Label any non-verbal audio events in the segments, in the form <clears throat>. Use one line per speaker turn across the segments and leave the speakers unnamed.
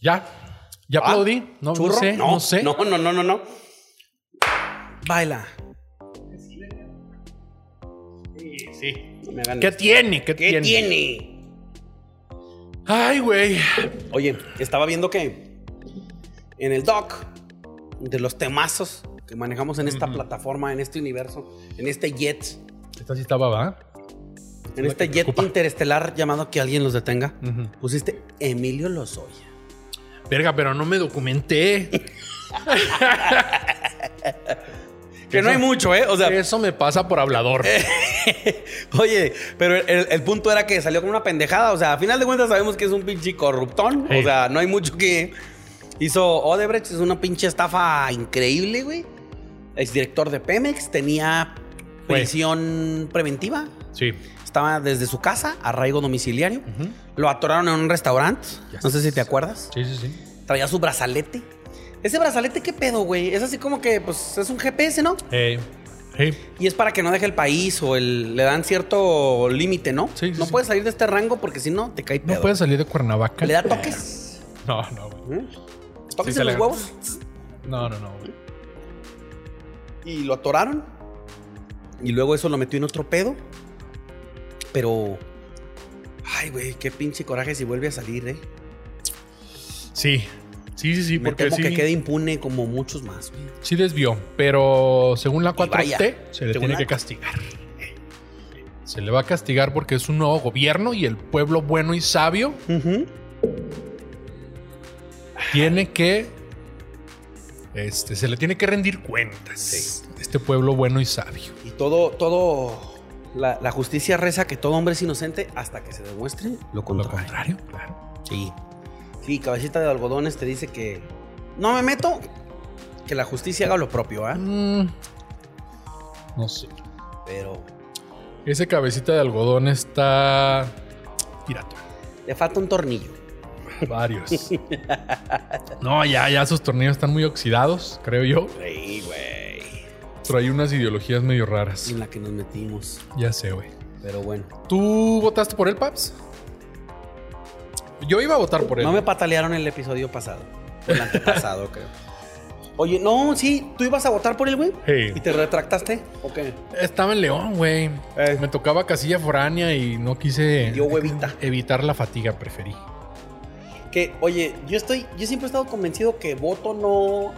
Ya. Ya
Ah,
aplaudí. No, no
¿Churro?
sé, no, sé.
No, no, no, no, no. Baila. Sí, sí. no me hagan
¿Qué
esto.
tiene? ¿Qué,
¿Qué
tiene?
tiene?
Ay, güey.
Oye, estaba viendo que en el doc de los temazos que manejamos en esta plataforma, en este universo, en este jet,
Esta sí estaba, ¿va?
en
La
este
que
jet
ocupa.
interestelar llamado que alguien los detenga,
Ujú.
pusiste Emilio Lozoya.
Verga, pero no me documenté.
Que no hay mucho, ¿eh? O sea, Eh.
Eso me pasa por hablador.
Oye, pero el, el punto era que salió con una pendejada. O sea, a final de cuentas sabemos que es un pinche corruptón. O
Sí.
sea, no hay mucho que. Hizo Odebrecht, es una pinche estafa increíble, güey. Exdirector de Pemex, tenía
Güey.
prisión preventiva.
Sí.
Estaba desde su casa, arraigo domiciliario.
Ujú.
Lo atoraron en un restaurante.
Ya
No sé si
sé.
te acuerdas.
Sí, sí, sí.
Traía su brazalete. Ese brazalete, ¿qué pedo, güey? Es así como que, pues, es un GPS, ¿no?
Eh, eh.
Y es para que no deje el país o el, le dan cierto límite, ¿no?
Sí, sí,
no
sí.
puedes salir de este rango porque si no te cae
No
pedo.
puedes salir de Cuernavaca.
Le da toques.
No, no, güey.
¿eh? Toques
Sí, se
en los
le-
huevos.
No, no, no, güey.
Y lo atoraron. Y luego eso lo metió en otro pedo. Pero. Ay, güey, qué pinche coraje si vuelve a salir, ¿eh?
Sí. Sí, sí, sí,
Me
porque
temo
sí,
que quede impune como muchos más, güey.
sí desvió. Pero según la 4T,
vaya,
se le
según
tiene
la-
que castigar. Se le va a castigar porque es un nuevo gobierno y el pueblo bueno y sabio
Ujú.
tiene que. Este, se le tiene que rendir cuentas.
Sí.
Este pueblo bueno y sabio.
Y todo, todo. La, la justicia reza que todo hombre es inocente hasta que se demuestre lo
Lo
contrario.
contrario, claro.
Sí. Sí, cabecita de algodones te dice que no me meto, que la justicia haga lo propio, ¿ah?
Mm, no sé.
Pero
Ese cabecita de algodón está. Piratón.
le falta un tornillo. <laughs>
Varios. No, ya, ya sus tornillos están muy oxidados, creo yo.
Sí, güey.
Pero hay unas ideologías medio raras.
En la que nos metimos.
Ya sé, güey.
Pero bueno.
¿Tú votaste por él, Paps? Yo iba a votar por él.
No me patalearon el episodio pasado. El antepasado, <laughs> creo. Oye, no, sí, tú ibas a votar por el güey.
Sí.
¿Y te retractaste? ¿O qué?
Estaba en León, güey.
Eh.
Me tocaba casilla foránea y no quise
Dio huevita.
evitar la fatiga, preferí.
Que, oye, yo estoy. Yo siempre he estado convencido que voto no.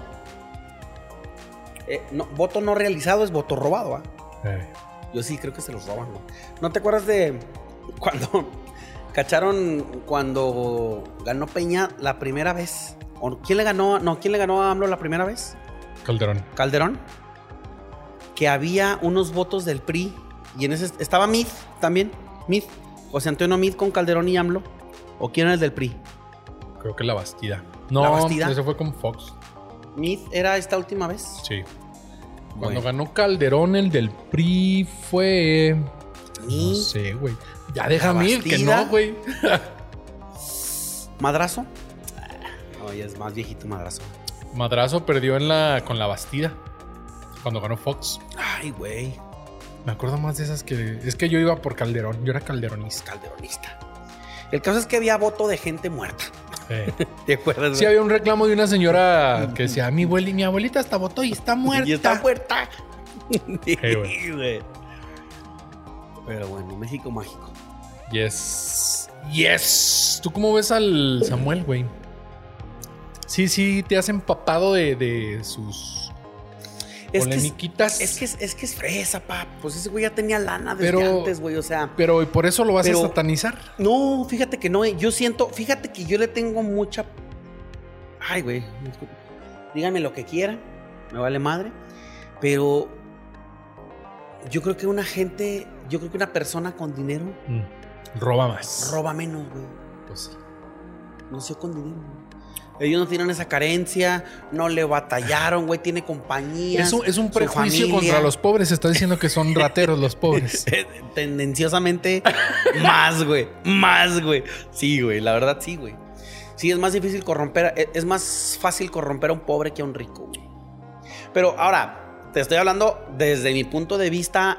eh, no voto no realizado es voto robado, ¿ah?
Eh,
Yo sí creo que se los roban, güey. ¿No te acuerdas de cuando <laughs> cacharon cuando ganó Peña la primera vez? ¿O ¿Quién le ganó? No, ¿quién le ganó a AMLO la primera vez?
Calderón.
Calderón. Que había unos votos del PRI y en ese estaba Mid también, Mid, José Antonio Mid con Calderón y AMLO. ¿O quién era el del PRI?
Creo que la Bastida. No,
¿La Bastida?
ese fue con Fox.
Mid era esta última vez.
Sí.
Bueno.
Cuando ganó Calderón, el del PRI fue. No
Mid,
sé, güey. Ya déjame ir, que
Bastida?
no, güey.
Madrazo. Oye, es más viejito Madrazo.
Madrazo perdió en la, con la Bastida. Cuando ganó Fox.
Ay, güey.
Me acuerdo más de esas que. Es que yo iba por Calderón. Yo era calderonista.
calderonista. El caso es que había voto de gente muerta. <laughs>
Eh.
¿Te
<laughs>
acuerdas?
Sí, había un reclamo de una señora que decía: Mi, abueli, mi abuelita hasta votó y está muerta.
Y está
<laughs>
muerta.
güey.
Sí, güey. Pero bueno, México mágico.
Yes. Yes. ¿Tú cómo ves al Samuel, güey? Sí, sí, te has empapado de, de sus
Es que es,
polemiquitas.
es que es, es que es fresa, pa. Pues ese güey ya tenía lana desde
Pero-
antes, güey. O sea,
Pero ¿y por eso lo vas
Pero-
a satanizar?
no, fíjate que no. eh. Yo siento, fíjate que yo le tengo mucha. Ay, güey. disculpe. Díganme lo que quieran. Me vale madre. Pero yo creo que una gente, yo creo que una persona con dinero
Mm. Roba más.
roba menos, güey.
Pues sí.
Nació con dinero. Ellos no tienen esa carencia, no le batallaron, güey, tiene compañía.
Es un, es un prejuicio contra
<laughs>
los pobres. Está diciendo que son rateros los pobres.
Eh, Tendenciosamente, más, güey, más, güey. Sí, güey, la verdad sí, güey. Sí, es más difícil corromper, e, es- es más fácil corromper a un pobre que a un rico, güey. Pero ahora, te estoy hablando desde mi punto de vista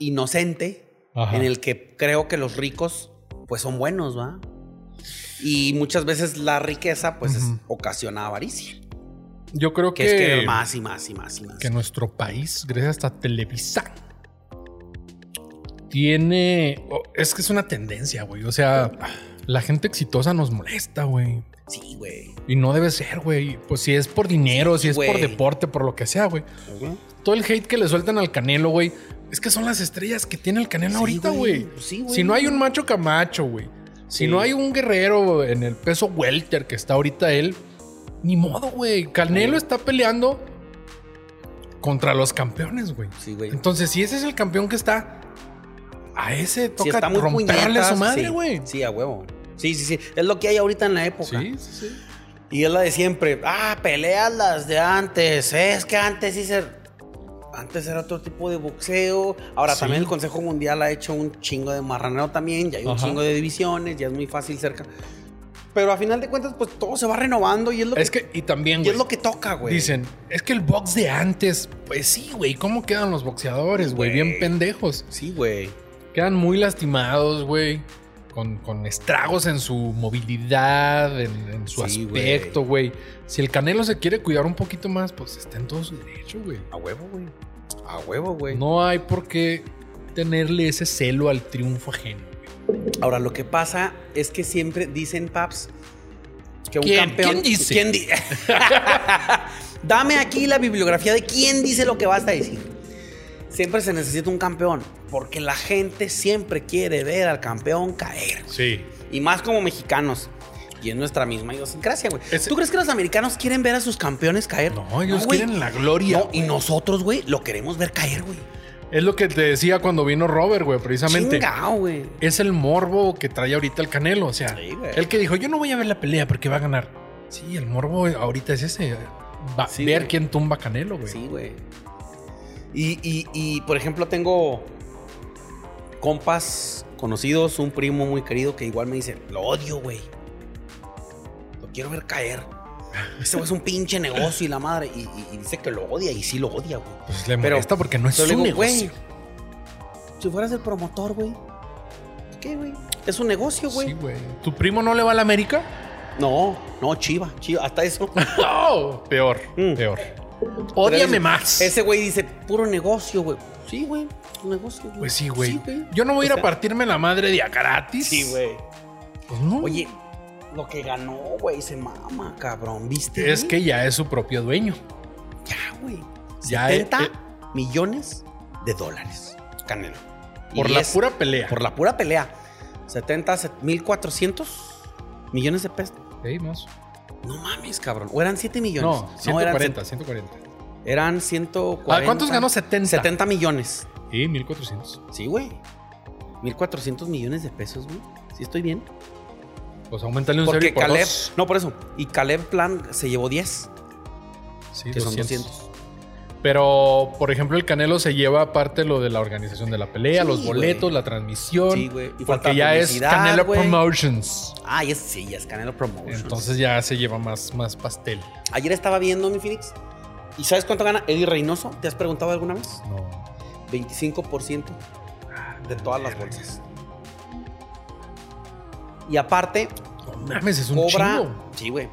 inocente,
Ajá.
en el que creo que los ricos, pues son buenos, ¿va? Y muchas veces la riqueza, pues, es-
Ujú.
ocasiona avaricia.
Yo creo
Que
que,
es querer más y más y más y más.
que nuestro país, gracias a Televisa, tiene. o- Es que es una tendencia, güey. O sea, la gente exitosa nos molesta, güey.
Sí, güey.
Y no debe ser, güey. Pues si es por dinero, si es por
güey.
deporte, por lo que sea, güey. Todo el hate que le sueltan al Canelo, güey. Es que son las estrellas que tiene el Canelo
Sí,
ahorita,
güey. Pues
güey.
Sí, güey.
si no hay un macho camacho, güey. Si
Sí.
no hay un guerrero en el peso welter que está ahorita él. Ni modo, güey. Canelo está peleando contra los campeones, güey.
Sí, güey.
Entonces, si ese es el campeón que está, a ese toca
Si está muy
romperle
puñetas,
su madre,
sí.
güey.
Sí, a huevo. Sí, sí, sí. Es lo que hay ahorita en la época.
Sí, sí, sí.
Y es la de siempre. Ah, peleas las de antes. Es que antes sí se- Antes era otro tipo de boxeo. Ahora
Sí.
también el Consejo Mundial ha hecho un chingo de marraneo también. Ya hay un
Ajá.
chingo de divisiones. Ya es muy fácil cerca. Pero a final de cuentas, pues todo se va renovando y es lo,
Es
que,
que, y también,
y
güey.
es lo que toca, güey.
Dicen, es que el box de antes, pues sí, güey, ¿cómo quedan los boxeadores, güey? Bien
Güey.
pendejos.
Sí, güey.
Quedan muy lastimados, güey. Con, con estragos en su movilidad, en, en su
Sí, güey.
aspecto, güey. Si el Canelo se quiere cuidar un poquito más, pues está en todo su derecho, güey.
A huevo, güey. A huevo, güey.
No hay por qué tenerle ese celo al triunfo ajeno.
Ahora, lo que pasa es que siempre dicen, Paps, que un
¿Quién?
campeón.
¿Quién dice?
¿Quién di- <laughs> Dame aquí la bibliografía de quién dice lo que vas a decir. Siempre se necesita un campeón, porque la gente siempre quiere ver al campeón caer.
Sí.
Y más como mexicanos. Y es nuestra misma idiosincrasia, güey.
Ese-
¿Tú crees que los americanos quieren ver a sus campeones caer?
No, ellos
güey.
quieren la gloria.
No, y nosotros, güey, lo queremos ver caer, güey.
Es lo que te decía cuando vino Robert, güey, precisamente.
Chingao, güey.
es el morbo que trae ahorita el Canelo. O sea,
Sí, güey.
el que dijo, yo no voy a ver la pelea porque va a ganar. Sí, el morbo ahorita es ese. Va-
Sí,
ver
güey.
quién tumba a Canelo, güey.
Sí, güey. Y, y- y, por ejemplo, tengo compas conocidos, un primo muy querido que igual me dice, lo odio, güey. Lo quiero ver caer. Ese güey es un pinche negocio y la madre. Y, y- y dice que lo odia y sí lo odia, güey.
Pues le
Pero-
molesta porque no es
Pero
su
le digo,
negocio.
güey, si fueras el promotor, güey. ¿Qué, güey? Es un negocio, güey.
Sí, güey. ¿Tu primo no le va a la América?
<laughs> No, no, chiva, chiva,
<laughs>
hasta eso.
No, peor,
Mm.
peor. Ódiame
Pero
más.
Ese güey dice, puro negocio, güey. Sí, güey, un negocio. güey.
Pues sí, güey. yo no voy a ir
O
a
sea-
partirme la madre de a gratis.
Sí, güey.
Pues no.
Oye, lo que ganó, güey, se mama, cabrón, ¿viste?
es que ya es su propio dueño.
Ya, güey.
Ya,
70
eh, eh.
millones de dólares, Canelo.
Por
Y
la
es-
pura pelea.
Por la pura pelea. 70, se- 1400 millones de pesos.
Sí, más.
No mames, cabrón. O eran 7 millones.
No,
eran,
140,
set-
140.
eran 140.
¿A Ah, cuántos ganó? 70.
70 millones.
Sí, 1400.
Sí, güey. 1400 millones de pesos, güey. Sí, estoy bien.
Pues aumentarle un
Porque
serio por
Caleb.
dos.
No, por eso. Y Caleb Plan se llevó 10,
Sí,
que son
200.
200.
Pero, por ejemplo, el Canelo se lleva aparte lo de la organización de la pelea,
Sí,
los boletos,
güey.
la transmisión.
Sí, güey. Y falta
Porque ya es
publicidad,
Canelo
güey.
Promotions.
Ah, ya es- sí, ya es Canelo Promotions.
Entonces ya se lleva más, más pastel.
Ayer estaba viendo mi Phoenix. ¿Y sabes cuánto gana Eddie Reynoso? ¿Te has preguntado alguna vez?
No.
25% de todas las bolsas. Y aparte,
No mames, es un
cobra.
chingo.
Sí, güey.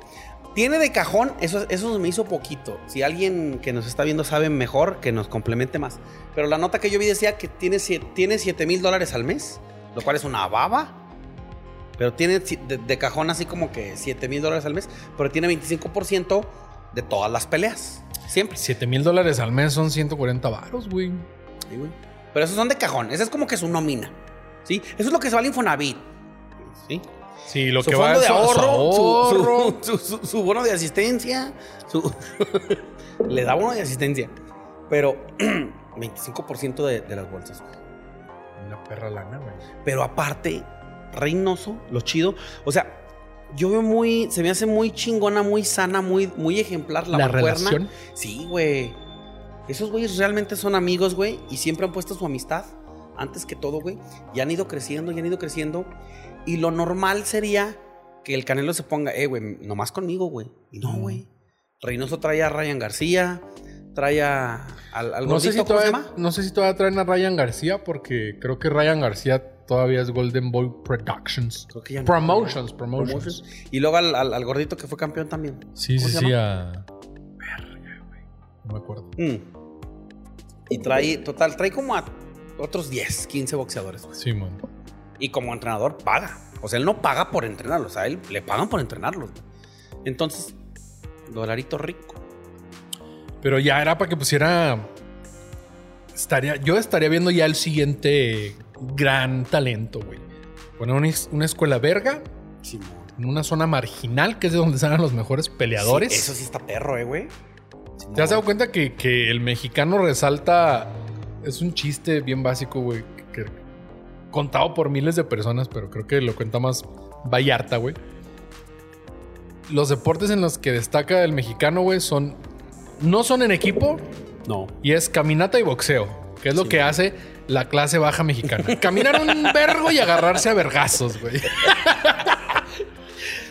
Tiene de cajón, eso, eso me hizo poquito. Si alguien que nos está viendo sabe mejor, que nos complemente más. Pero la nota que yo vi decía que tiene 7 tiene siete mil dólares al mes, lo cual es una baba. Pero tiene si- de, de cajón así como que 7 mil dólares al mes, pero tiene 25% de todas las peleas. Siempre.
7 mil dólares al mes son 140 varos, güey.
Sí, güey. Pero esos son de cajón, esa es como que su nómina. ¿Sí? Eso es lo que se vale Infonavit. ¿Sí?
Sí, lo
su
que va
fondo
en
de
su- su
ahorro, su- su- <laughs>
ahorro.
Su, su- su bono de asistencia, su- <laughs> le da bono de asistencia, pero <clears throat> 25% de, de las bolsas.
Una perra lana, güey.
Pero aparte, Reynoso, lo chido, o sea, yo veo muy, se me hace muy chingona, muy sana, muy, muy ejemplar la,
La,
mancuerna.
relación.
Sí, güey. Esos güeyes realmente son amigos, güey, y siempre han puesto su amistad antes que todo, güey. Y han ido creciendo, y han ido creciendo. Y lo normal sería que el Canelo se ponga, eh, güey, nomás conmigo, güey. Y no,
Mm.
güey. Reynoso trae a Ryan García, trae a, al, al
No sé, si
gordito, ¿cómo se
todavía,
llama?
no sé si todavía traen a Ryan García porque creo que Ryan García todavía es Golden Boy Productions.
Creo que ya no.
Promotions, promotions.
Y luego al, al- al gordito que fue campeón también.
Sí,
¿Cómo
sí,
se
sí, a... No me acuerdo.
Mm. Y trae, total, trae como a otros 10, 15 boxeadores. güey.
Sí, man.
Y como entrenador paga. O sea, él no paga por entrenarlos, a él le pagan por entrenarlos. güey. Entonces, dolarito rico.
Pero ya era para que pusiera. Estaría, yo estaría viendo ya el siguiente gran talento, güey. Poner una, es- una escuela verga
Simón.
en una zona marginal, que es de donde salen los mejores peleadores.
Sí, eso sí está perro, eh, güey.
¿Te has dado
Simón.
cuenta que, que el mexicano resalta. Es un chiste bien básico, güey. que- que- contado por miles de personas, pero creo que lo cuenta más Vallarta, güey. Los deportes en los que destaca el mexicano, güey, son. No son en equipo,
No.
y es caminata y boxeo, que es lo
Sí.
que hace la clase baja
<laughs>
mexicana. Caminar un vergo y agarrarse a vergazos, güey. Eso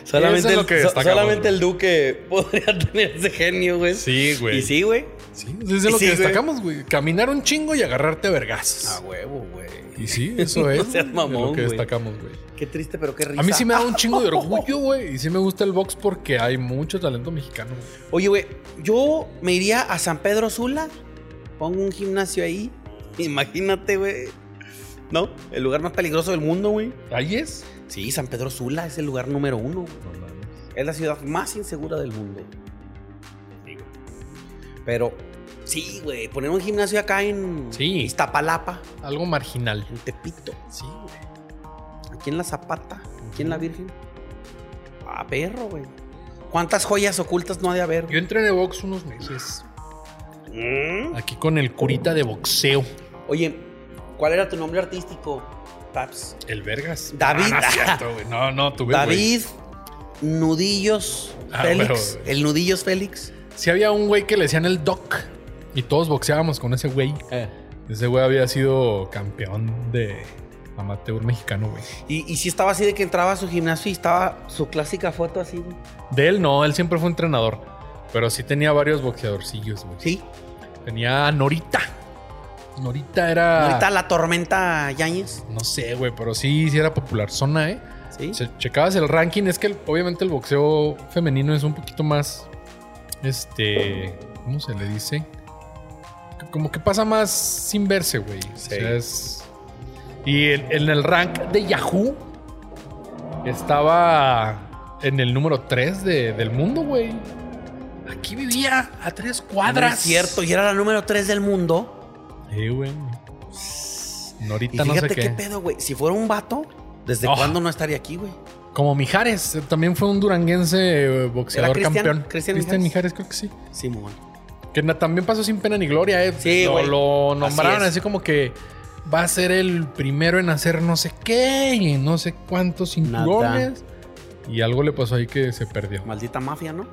Solamente,
es
el,
lo que
so-
destacamos,
solamente
güey.
el Duque <laughs> podría tener ese genio, güey.
Sí,
Y sí, güey.
Sí, eso es lo
Y sí,
que
güey.
destacamos, güey. Caminar un chingo y agarrarte a vergazos.
A huevo, güey.
y sí, eso es
<laughs> No seas
güey,
mamón,
lo que
güey.
destacamos, güey.
Qué triste, pero qué risa.
A mí sí me da un
<laughs>
chingo de orgullo, güey. Y sí me gusta el box porque hay mucho talento mexicano. güey.
Oye, güey, yo me iría a San Pedro Sula, pongo un gimnasio ahí. <laughs> Imagínate, güey. ¿No? El lugar más peligroso del mundo, güey.
Ahí es.
Sí, San Pedro Sula es el lugar número uno. güey. Es la ciudad más insegura del mundo. Sí, güey. Pero, sí, güey, poner un gimnasio acá en
Sí.
Iztapalapa,
Algo marginal.
en Tepito,
Sí, güey.
aquí en La Zapata, aquí en La Virgen. Ah, perro, güey. ¿Cuántas joyas ocultas no ha de haber?
Yo entrené box unos meses.
Mm.
Aquí con el curita de boxeo.
Oye, ¿cuál era tu nombre artístico? Paps.
El Vergas. Ah, No,
David.
no, es
<laughs>
cierto, güey. no, no, tuve, güey.
David Nudillos
Ah,
Félix.
pero-
El Nudillos Félix.
Si había un güey que le decían el Doc y todos boxeábamos con ese güey. Ese güey había sido campeón de amateur mexicano, güey.
Y, y sí estaba así de que entraba a su gimnasio y estaba su clásica foto así. güey.
De él no, él siempre fue entrenador. Pero sí tenía varios boxeadorcillos, güey.
Sí.
Tenía a Norita. Norita era.
Ahorita la tormenta Yáñez.
No sé, güey, pero sí, sí era popular zona, ¿eh?
Sí.
Se- checabas el ranking, es que el- obviamente el boxeo femenino es un poquito más. Este. ¿Cómo se le dice? C- Como que pasa más sin verse, güey. O
Sí.
sea, es- Y en, en el rank de Yahoo estaba en el número 3 del mundo, güey. Aquí vivía a tres cuadras.
No es cierto. Y era la número 3 del mundo.
Sí, güey.
Y
Norita no
fíjate
sé
qué.
qué.
pedo, güey. Si fuera un vato, ¿desde
Oh.
cuándo no estaría aquí, güey?
Como Mijares, eh, también fue un duranguense eh, boxeador
¿Era Cristian?
campeón.
¿Cristian
Cristian Mijares?
Mijares?
creo que sí.
Simón.
Que na- también pasó sin pena ni gloria, ¿eh?
Sí,
lo,
güey.
lo nombraron
Así
así,
es.
como que va a ser el primero en hacer no sé qué y no sé cuántos
Nada.
cinturones. Y algo le pasó ahí que se perdió.
Maldita mafia, ¿no?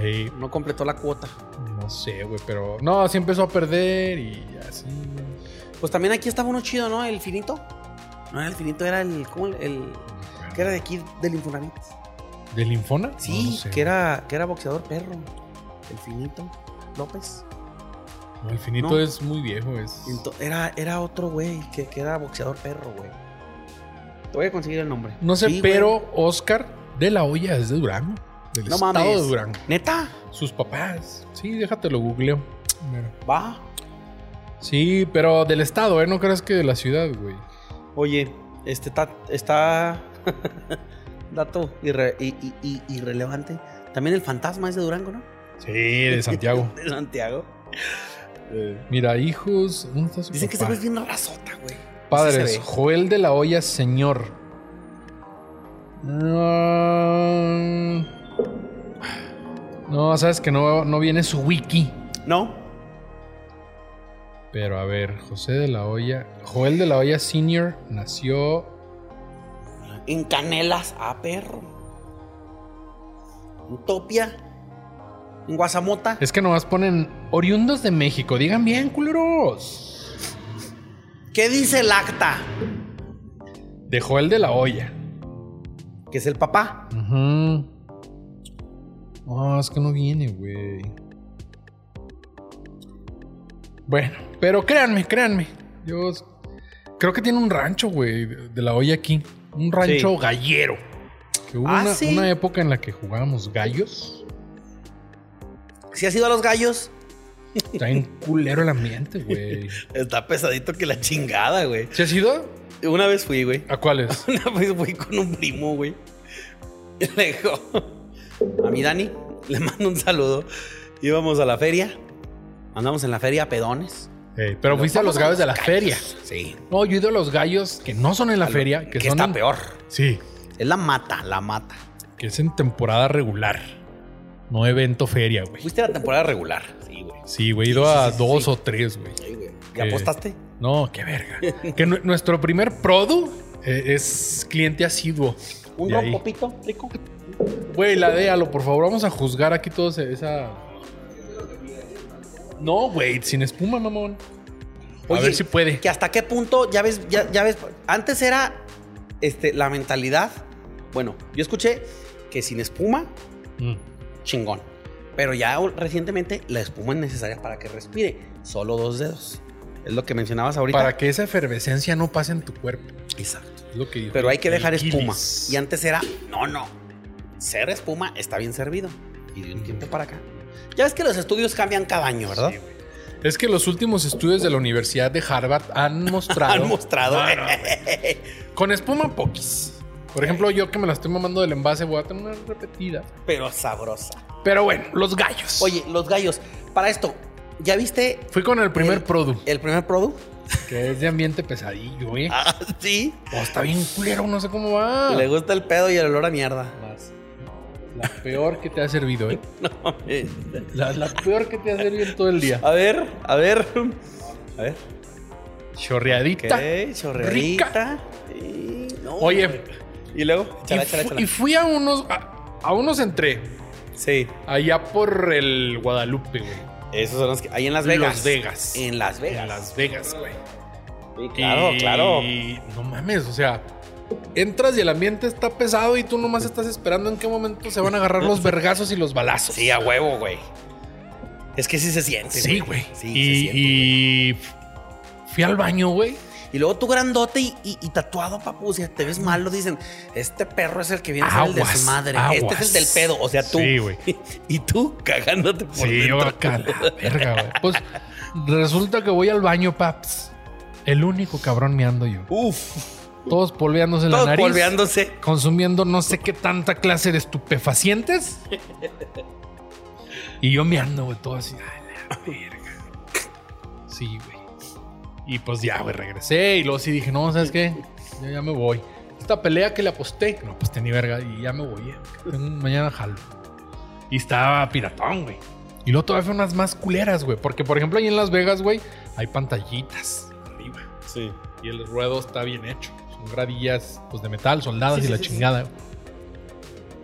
Ey,
No completó la cuota.
no sé, güey, pero no, sí empezó a perder y así.
Pues también aquí estaba uno chido, ¿no? El finito. No era el finito, era el. ¿Cómo? El. el- que era de aquí, del Infonavit.
¿De linfona?
Sí,
No, no sé.
que, era, que era boxeador perro. El finito. López.
No, el finito
no.
es muy viejo, es.
Ento- era, era otro güey que, que era boxeador perro, güey. Te voy a conseguir el nombre.
No sé,
Sí, güey.
pero Oscar de la Hoya es de Durango. Del
No
estado
mames.
de Durango.
Neta,
Sus papás. Sí, déjatelo googleo. Mira.
va.
Sí, pero del estado, ¿eh? No creas que de la ciudad, güey.
Oye, este ta- está. <laughs> dato irre- i- i- i- irrelevante. También el fantasma es de Durango, ¿no?
Sí, de Santiago.
<laughs> de Santiago.
Mira, hijos. ¿Dónde está su
Dicen que ese
papá?
güey es bien razota, güey.
Padres,
sí se ve.
Joel de la Hoya, señor. No, Ah. no sabes que no, no viene su wiki.
No,
Pero a ver, José de la Hoya. Joel de la Hoya Senior nació
En Canelas, a perro. En Topia. En Guasamota.
Es que nomás ponen oriundos de México. Digan bien, culeros.
¿Qué dice el acta?
De Joel de la Hoya.
Que es el papá.
Ujú. Ah, es que no viene, güey. Bueno, pero créanme, créanme. Yo Creo que tiene un rancho, güey, de de la olla aquí. Un rancho gallero. Que hubo
Ah,
una,
sí.
una época en la que jugábamos gallos.
Si has ido a los gallos,
Está en culero el ambiente, güey.
está pesadito que la chingada, güey.
¿Se ha sido?
Una vez fui, güey.
¿A cuáles?
Una vez fui con un primo, güey. Y le dijo a mi Dani, le mando un saludo. Íbamos a la feria. Andamos en la feria a pedones.
Ey, Eh, pero fuiste a los gallos de la feria.
Sí.
No, yo he ido a los gallos que no son en la feria, que,
Que,
son
está
en-
peor.
Sí,
Es la mata, la mata.
que es en temporada regular. No evento feria, güey.
Fuiste a la temporada regular. Sí, güey.
Sí, güey, he ido a
sí, sí,
dos
sí.
o tres, güey.
Sí, güey. ¿Y
Que-
apostaste?
No, qué
<laughs>
verga. que nu- nuestro primer produ eh, es cliente asiduo.
¿Un
De ahí.
rompopito rico?
Güey, la déalo, por favor, vamos a juzgar aquí todos esa. No, güey, sin espuma, mamón. A
Oye,
ver si puede.
Que hasta qué punto, ya ves, ya, ya ves, antes era este, la mentalidad. Bueno, yo escuché que sin espuma,
Mm.
chingón. Pero ya o- recientemente la espuma es necesaria para que respire. Solo dos dedos. Es lo que mencionabas ahorita.
Para que esa efervescencia no pase en tu cuerpo.
Exacto.
Es lo que dijo
Pero hay que
el
dejar espuma.
Guilis.
Y antes era, no, no. Ser espuma está bien servido. Y de un tiempo para acá. Ya ves que los estudios cambian cada año, ¿verdad?
Es que los últimos estudios de la Universidad de Harvard han
<laughs>
mostrado.
Han mostrado.
No, no, güey. con espuma, poquis. Por ejemplo, yo que me la estoy mamando del envase, voy a tener una repetida.
<laughs> Pero sabrosa.
Pero bueno, los gallos.
Oye, los gallos. Para esto, ¿ya viste
Fui con el primer
el-
produ,
el primer produ?
que es de ambiente pesadillo, ¿eh? <laughs>
Ah, sí.
Oh, está bien culero, no sé cómo va.
Le gusta el pedo y el olor a mierda.
Más. La peor que te ha servido, ¿eh?
No, eh.
La, la peor que te ha servido en todo el día.
a ver, a ver. A ver.
Chorreadita.
Ok, chorreadita. Y- no,
Oye.
güey. Y luego, échala,
y, fu-
échala, échala.
y fui a unos. A, a unos entré.
Sí.
Allá por el Guadalupe, güey.
Esos son los que. Ahí en Las Vegas.
Los Vegas.
En Las Vegas.
En Las Vegas, güey.
Sí, claro,
Y-
claro.
No mames, o sea, entras y el ambiente está pesado y tú nomás estás esperando en qué momento se van a agarrar los vergazos y los balazos.
Sí, a huevo, güey. Es que sí se siente.
Sí, güey.
Sí,
y,
se siente.
y fui al baño, güey.
Y luego tú grandote y, y- y tatuado, papu. Si te ves malo, dicen, este perro es el que viene a hacer
Aguas,
el desmadre. Este
aguas.
es el del pedo. O sea, tú.
Sí, güey.
y tú cagándote por
Sí, yo
dentro.
acá, la verga, güey. Pues resulta que voy al baño, paps. El único cabrón meando yo.
Uf.
Todos polveándose la
Todo
nariz.
polveándose.
consumiendo no sé qué tanta clase de estupefacientes. Y yo me ando, güey, todo así. "Ay, la verga". Sí, güey. Y pues ya, güey, regresé. Y luego sí dije, no, ¿sabes qué? Yo ya me voy. Esta pelea que le aposté, no, pues tenía verga. Y ya me voy, eh. Tengo- mañana jalo. Y estaba piratón, güey. Y luego todavía fue unas más culeras, güey. Porque, por ejemplo, ahí en Las Vegas, güey, hay pantallitas arriba.
Sí.
Y el ruedo está bien hecho. Son gradillas pues, de metal, soldadas
Sí,
y
sí,
la
sí, sí.
chingada.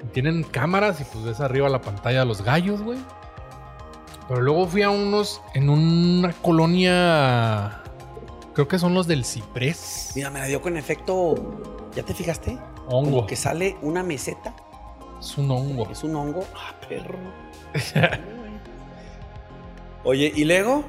Y Tienen cámaras y pues ves arriba la pantalla de los gallos, güey. Pero luego fui a unos en una colonia. Creo que son los del Ciprés.
Mira, me la dio con efecto. ¿Ya te fijaste?
hongo.
Como que sale una meseta.
Es un hongo.
Es un hongo. Ah, perro. <laughs> Oye, ¿y luego?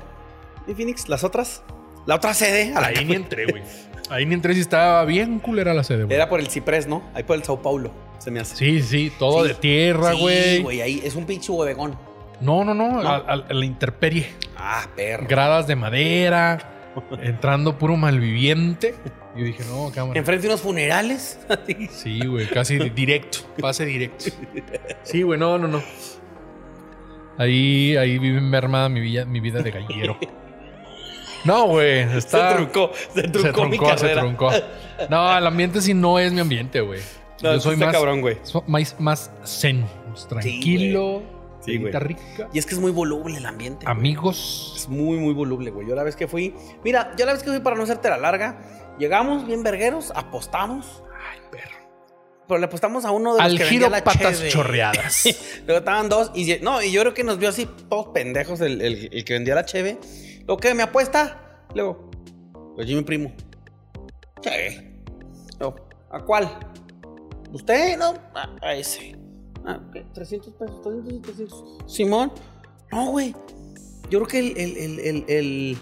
¿Y Phoenix? ¿Las otras? La otra sede. a la
Ahí
que-
ni entré, güey. Ahí ni entré si estaba bien culera la sede, güey.
Era por el Ciprés, ¿no? Ahí por el Sao Paulo. Se me hace.
Sí, sí, todo
Sí.
de tierra,
Sí,
güey.
güey. Ahí es un pinche huevegón.
no, no, no. A, a- a la interperie.
Ah, perro.
gradas de madera,
<laughs>
entrando puro malviviente. Yo dije, no, cámara.
Enfrente de unos funerales. <laughs> Así.
Sí, güey, casi di- directo, pase directo. Sí, güey, no, no, no. Ahí, ahí vive mermada mi, villa- mi vida de gallero. No, güey,
Se
está...
truncó, se truncó,
se
mi
truncó, se
carrera.
truncó. No, el ambiente sí no es mi ambiente, güey.
No,
Yo soy más,
cabrón, güey.
so- más, más zen, más tranquilo,
Sí, güey.
guitarra rica,
Y es que es muy voluble el ambiente. güey.
amigos.
Es muy, muy voluble, güey. Yo la vez que fui, mira, yo la vez que fui para no hacerte la larga, llegamos bien vergueros, apostamos,
Ay, perro.
pero le apostamos a uno de los
Al
que
giro
vendía la
patas
cheve.
chorreadas.
Luego estaban dos y ye- no, y yo creo que nos vio así todos pendejos el, el- el que vendía la cheve. Lo que me apuesta, luego, pues yo mi primo. Cheve. Luego, ¿a cuál? ¿Usted? No, a, a ese. Ah, ok, 300 pesos, 300 y 300. Simón, no, güey. Yo creo que el, el, el, el, el,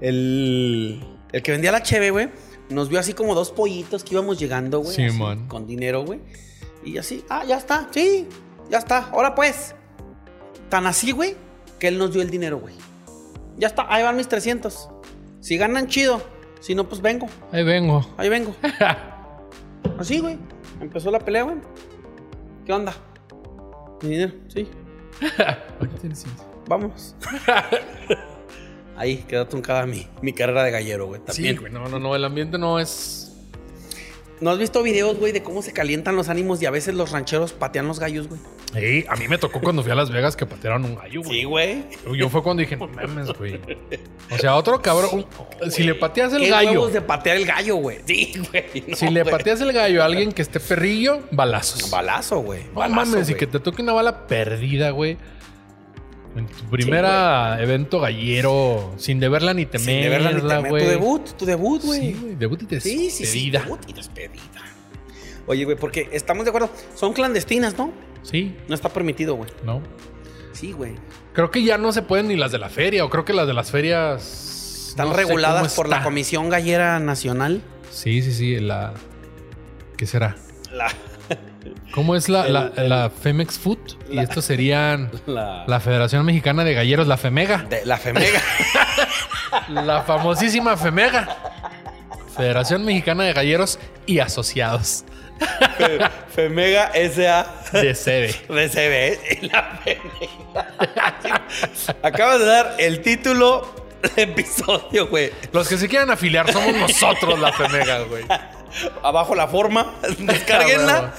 el, el que vendía la cheve, güey, Nos vio así como dos pollitos que íbamos llegando, güey. así,
Simón.
Con dinero, güey. Y así, ah, ya está, sí, ya está. Ahora pues. Tan así, güey, que él nos dio el dinero, güey. Ya está, ahí van mis 300. Si ganan, chido. Si no, pues vengo.
Ahí vengo.
Ahí <laughs> vengo. Así, güey. Empezó la pelea, güey. ¿Qué onda? Mi dinero, sí. Vamos. <laughs> Ahí quedó truncada mi, mi carrera de gallero, güey.
Sí,
También.
güey. No, no, no. El ambiente no es.
¿No has visto videos, güey, de cómo se calientan los ánimos y a veces los rancheros patean los gallos, güey?
Ey, a mí me tocó cuando fui a Las Vegas que patearon un gallo, güey.
güey.
Yo fue cuando dije, no mames, güey. O sea, otro cabrón. si le pateas el
Qué
gallo.
huevos de patear el gallo, güey. Sí, güey. <laughs> no,
Si le
güey.
pateas el gallo a alguien que esté perrillo, balazos.
Balazo, güey.
No
Balazo,
mames, y
güey.
que te toque una bala perdida, güey. En tu primera evento gallero, sin deberla ni temerla,
Sin deberla ni temer.
güey.
Tu debut, tu debut, güey.
Sí, güey, debut y
Sí, sí, sí.
despedida.
debut y despedida. Oye, güey, porque estamos de acuerdo. Son clandestinas, ¿no?
Sí,
No está permitido, güey.
no.
Sí, güey.
Creo que ya no se pueden ni las de la feria, o creo que las de las ferias...
Están
no sé
reguladas
cómo
por la
está.
Comisión Gallera Nacional.
Sí, sí, sí, la... ¿Qué será?
La,
¿Cómo es la,
El-
la,
el-
la Femex Food? Y
la-
estos serían
la,
la Federación Mexicana de Galleros, la Femega.
de- la
<laughs>
Femega.
La famosísima Femega. Federación Mexicana de Galleros y Asociados.
Femega S.A.
De sede.
<laughs> DCB. ¿eh? La Femega. Acabas de dar el título del episodio, güey.
Los que se quieran afiliar somos nosotros la Femega,
<laughs>
güey.
Abajo
<laughs>
la forma. Descárguenla.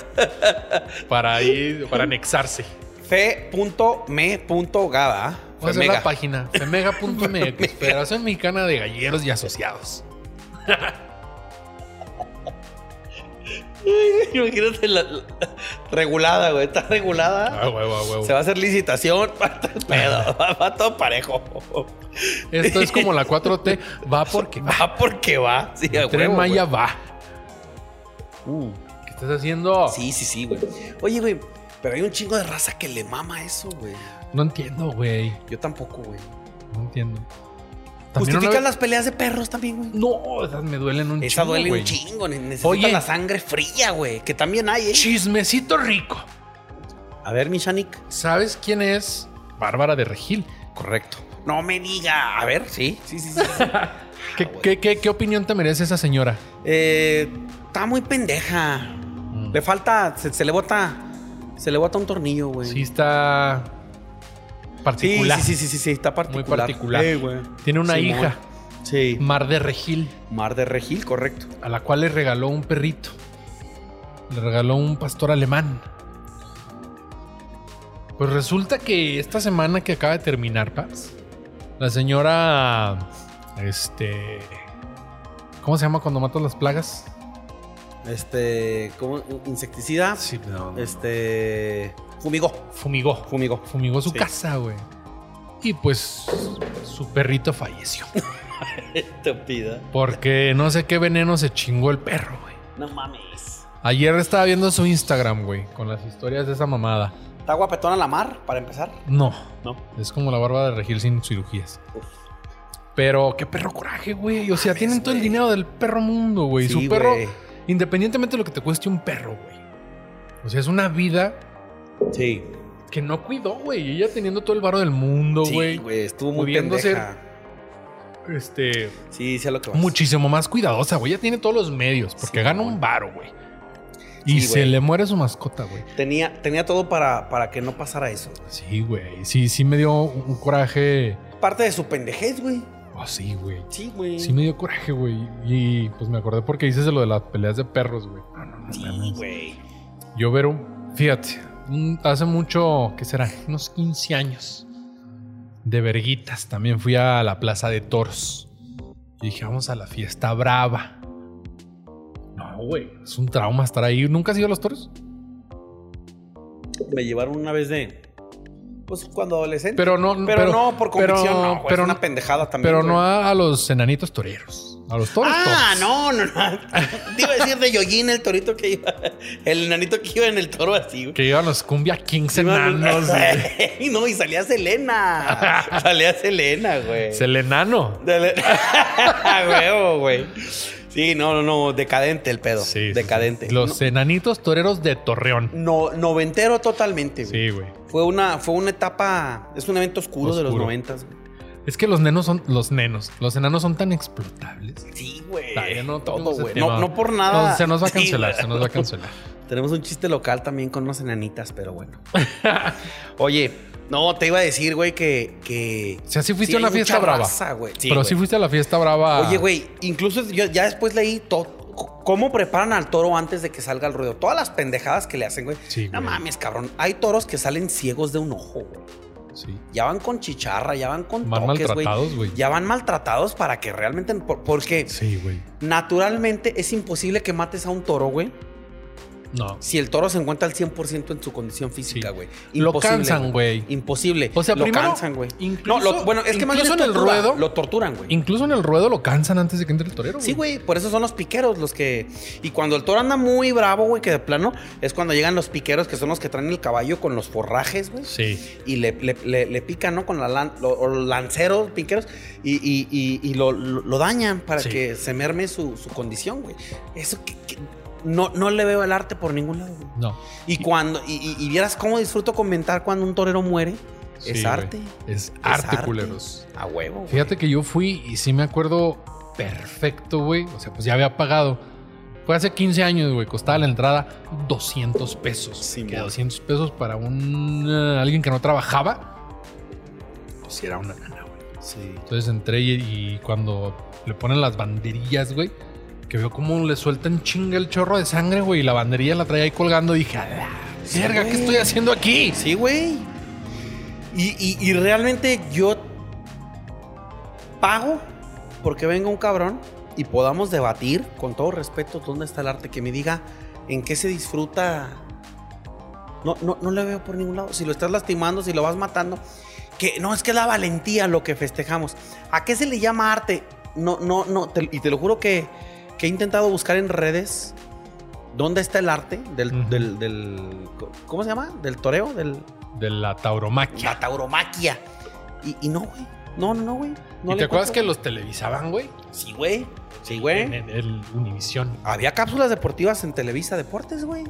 Para ahí, para anexarse.
Fe.me.gada.
Vamos a hacer la
Femega.
página <laughs> femega.mx, Federación Mexicana de Galleros y Asociados.
<laughs> Imagínate la, la- regulada, güey. Está regulada.
Ah, huevo, ah, huevo.
Se va a hacer licitación. <laughs> Va a estar
<laughs>
pedo. Va, va todo parejo.
Esto es como la 4T,
<laughs>
va porque va.
Va porque va. Sí, a
El tren
huevo,
Maya Uh.
güey.
va. ¿Qué estás haciendo?
Sí, sí, sí, güey. Oye, güey, pero hay un chingo de raza que le mama eso, güey.
No entiendo, güey.
Yo tampoco, güey.
No entiendo. También una
Justifican
vez-
las peleas de perros también, güey.
No, esas me duelen un
Esa
chingo,
duele
güey.
un chingo. ne- Necesitan
Oye.
la sangre fría, güey. Que también hay, ¿eh?
Chismecito rico.
A ver, mi Shanik.
¿Sabes quién es? Bárbara de Regil.
Correcto. No me diga. A ver, sí. Sí, sí, sí.
<laughs> ¿Qué,
Ah, güey.
qué- qué- qué opinión te merece esa señora?
Eh, está muy pendeja. Le falta, se, se le bota, se le bota un tornillo, güey.
Sí está
sí,
particular.
sí, sí, sí, sí, sí, está particular.
Muy particular.
Eh, güey.
Tiene una
Sí,
hija,
mon. Sí.
Mar de Regil,
Mar de Regil, correcto.
a la cual le regaló un perrito. Le regaló un pastor alemán. Pues resulta que esta semana que acaba de terminar, Paz, la señora. Este. ¿Cómo se llama cuando matas las plagas?
Este, ¿cómo? Insecticida.
no.
Este, fumigó.
Fumigó.
<laughs> Fumigó.
Fumigó su
Sí.
casa, güey. Y pues su perrito falleció.
Estúpida.
Porque no sé qué veneno se chingó el perro, güey.
No mames.
Ayer estaba viendo su Instagram, güey, con las historias de esa mamada.
¿Está guapetona la mar, para empezar?
No,
No.
es como la barba de Regil sin cirugías.
Uf.
Pero qué perro coraje, güey. O sea,
Mames,
tienen todo el
güey.
dinero del perro mundo, güey.
Sí,
su perro,
güey.
independientemente de lo que te cueste un perro, güey. O sea, es una vida
Sí.
que no cuidó, güey. Y Ella teniendo todo el barro del mundo,
Sí,
güey.
güey. Estuvo muy
Pudiendo
pendeja.
este,
Sí, sé a lo que vas.
muchísimo más cuidadosa, güey. Ella tiene todos los medios porque
Pues. Sí,
gana
güey.
un varo, güey. Y
Sí,
se
güey.
le muere su mascota, güey.
Tenía, tenía todo para, para que no pasara eso.
Sí, güey. Sí, sí me dio un coraje.
Parte de su pendejez, güey.
Oh, sí, güey.
Sí, güey.
Sí me dio coraje, güey. Y pues me acordé porque dices de lo de las peleas de perros, güey. No, no, no,
Sí,
mames.
güey.
Yo ver un... Fíjate, un- hace mucho, ¿qué será? Unos 15 años. De verguitas. También fui a la plaza de toros. Y dije, vamos a la fiesta brava. No, güey. Es un trauma estar ahí. ¿Nunca has ido a los toros?
Me llevaron una vez de. Pues cuando adolescente.
Pero no...
Pero no, por convicción, no. güey, es una pendejada también.
Pero no
güey.
a, a los enanitos toreros. A los toros.
Ah,
toros.
no,
<laughs>
no, no. Te iba a decir de Yoyin, el torito que iba. El enanito que iba en el toro así, güey.
Que llevan los cumbia kings
<laughs>
enanos. güey.
Y no, y
<laughs>
salía Selena. salía Selena, güey. <laughs>
Es el enano.
Dale- A huevo, güey. Sí, no, no, no, decadente el pedo.
Sí, sí,
decadente. Mm.
sí. Los enanitos toreros de Torreón.
No, noventero totalmente, güey.
Sí, güey.
Fue una, fue una etapa, es un evento oscuro, de los
Oscuro.
noventas, güey.
Es que los nenos son. Los nenos. Los enanos son tan explotables.
Sí, güey.
Está bien, no toquemos
todo,
ese
güey.
tema.
No, no por nada.
No, se nos va a
Sí, güey.
cancelar, se nos va a
<laughs>
cancelar.
Tenemos un chiste local también con unas enanitas,
<laughs>
pero bueno. Oye, no, te iba a decir, güey, que. que
O sea, sí fuiste a
hay
una fiesta
mucha
brava.
raza, güey. Sí,
pero
güey.
sí fuiste a la fiesta brava.
Oye, güey, incluso yo ya después leí todo. ¿Cómo preparan al toro antes de que salga al ruedo? Todas las pendejadas que le hacen, güey.
Sí,
no
güey.
mames, cabrón. Hay toros que salen ciegos de un ojo, güey.
Sí.
Ya van con chicharra, ya van con
Van
toques, güey.
maltratados, güey.
Ya van maltratados para que realmente... por- Porque
Sí, güey.
naturalmente es imposible que mates a un toro, güey.
No.
Si el toro se encuentra al 100% en su condición física,
Sí.
güey.
Lo
Imposible,
cansan, güey.
Imposible.
O sea,
lo
primero,
cansan, güey.
incluso-
no, lo- bueno, es que más bien
incluso
es
en el
tortura,
ruedo-
Lo torturan, güey.
Incluso en el ruedo lo cansan antes de que entre el torero.
Sí, güey, por eso son los piqueros los que... Y cuando el toro anda muy bravo, güey, que de plano es cuando llegan los piqueros que son los que traen el caballo con los forrajes, güey.
Sí.
Y le, le- le- le pican, ¿no? Con la lan- lo- o los lanceros, piqueros, y, y- y- y lo, lo- lo dañan para
Sí.
que se merme su, su condición, güey. Eso que, que- no, no le veo el arte por ningún lado, güey.
No.
Y cuando, y, y- y vieras cómo disfruto comentar cuando un torero muere,
Sí,
es
güey.
arte.
Es
Es
arte, culeros.
A huevo. güey.
Fíjate que yo fui y sí me acuerdo perfecto, güey. O sea, pues ya había pagado. Fue hace 15 años, güey. Costaba la entrada 200 pesos.
Sí,
que
mo.
200 pesos para un eh, alguien que no trabajaba. Pues sí era una lana, güey.
Sí.
Entonces entré y, y cuando le ponen las banderillas, güey, que veo cómo le sueltan chinga el chorro de sangre, güey, y la banderilla la traía ahí colgando, dije, "A la
Sí,
verga, ¿qué
güey.
estoy haciendo aquí?
Sí, güey. Y, y- y realmente yo pago porque venga un cabrón y podamos debatir con todo respeto dónde está el arte, que me diga en qué se disfruta. No, no, no le veo por ningún lado. Si lo estás lastimando, si lo vas matando. Que no, es que es la valentía lo que festejamos. ¿A qué se le llama arte? No, no, no. te- y te lo juro que, que he intentado buscar en redes dónde está el arte del,
Ujú.
del- del- ¿Cómo se llama? Del toreo, del,
De la tauromaquia.
la tauromaquia. Y, y no, güey. No, no, no, güey. No
¿Y
le
te acuerdas que los
encuentro.
televisaban, güey?
Sí, güey. Sí,
En
güey.
el, el Univisión.
Había cápsulas deportivas en Televisa Deportes, güey.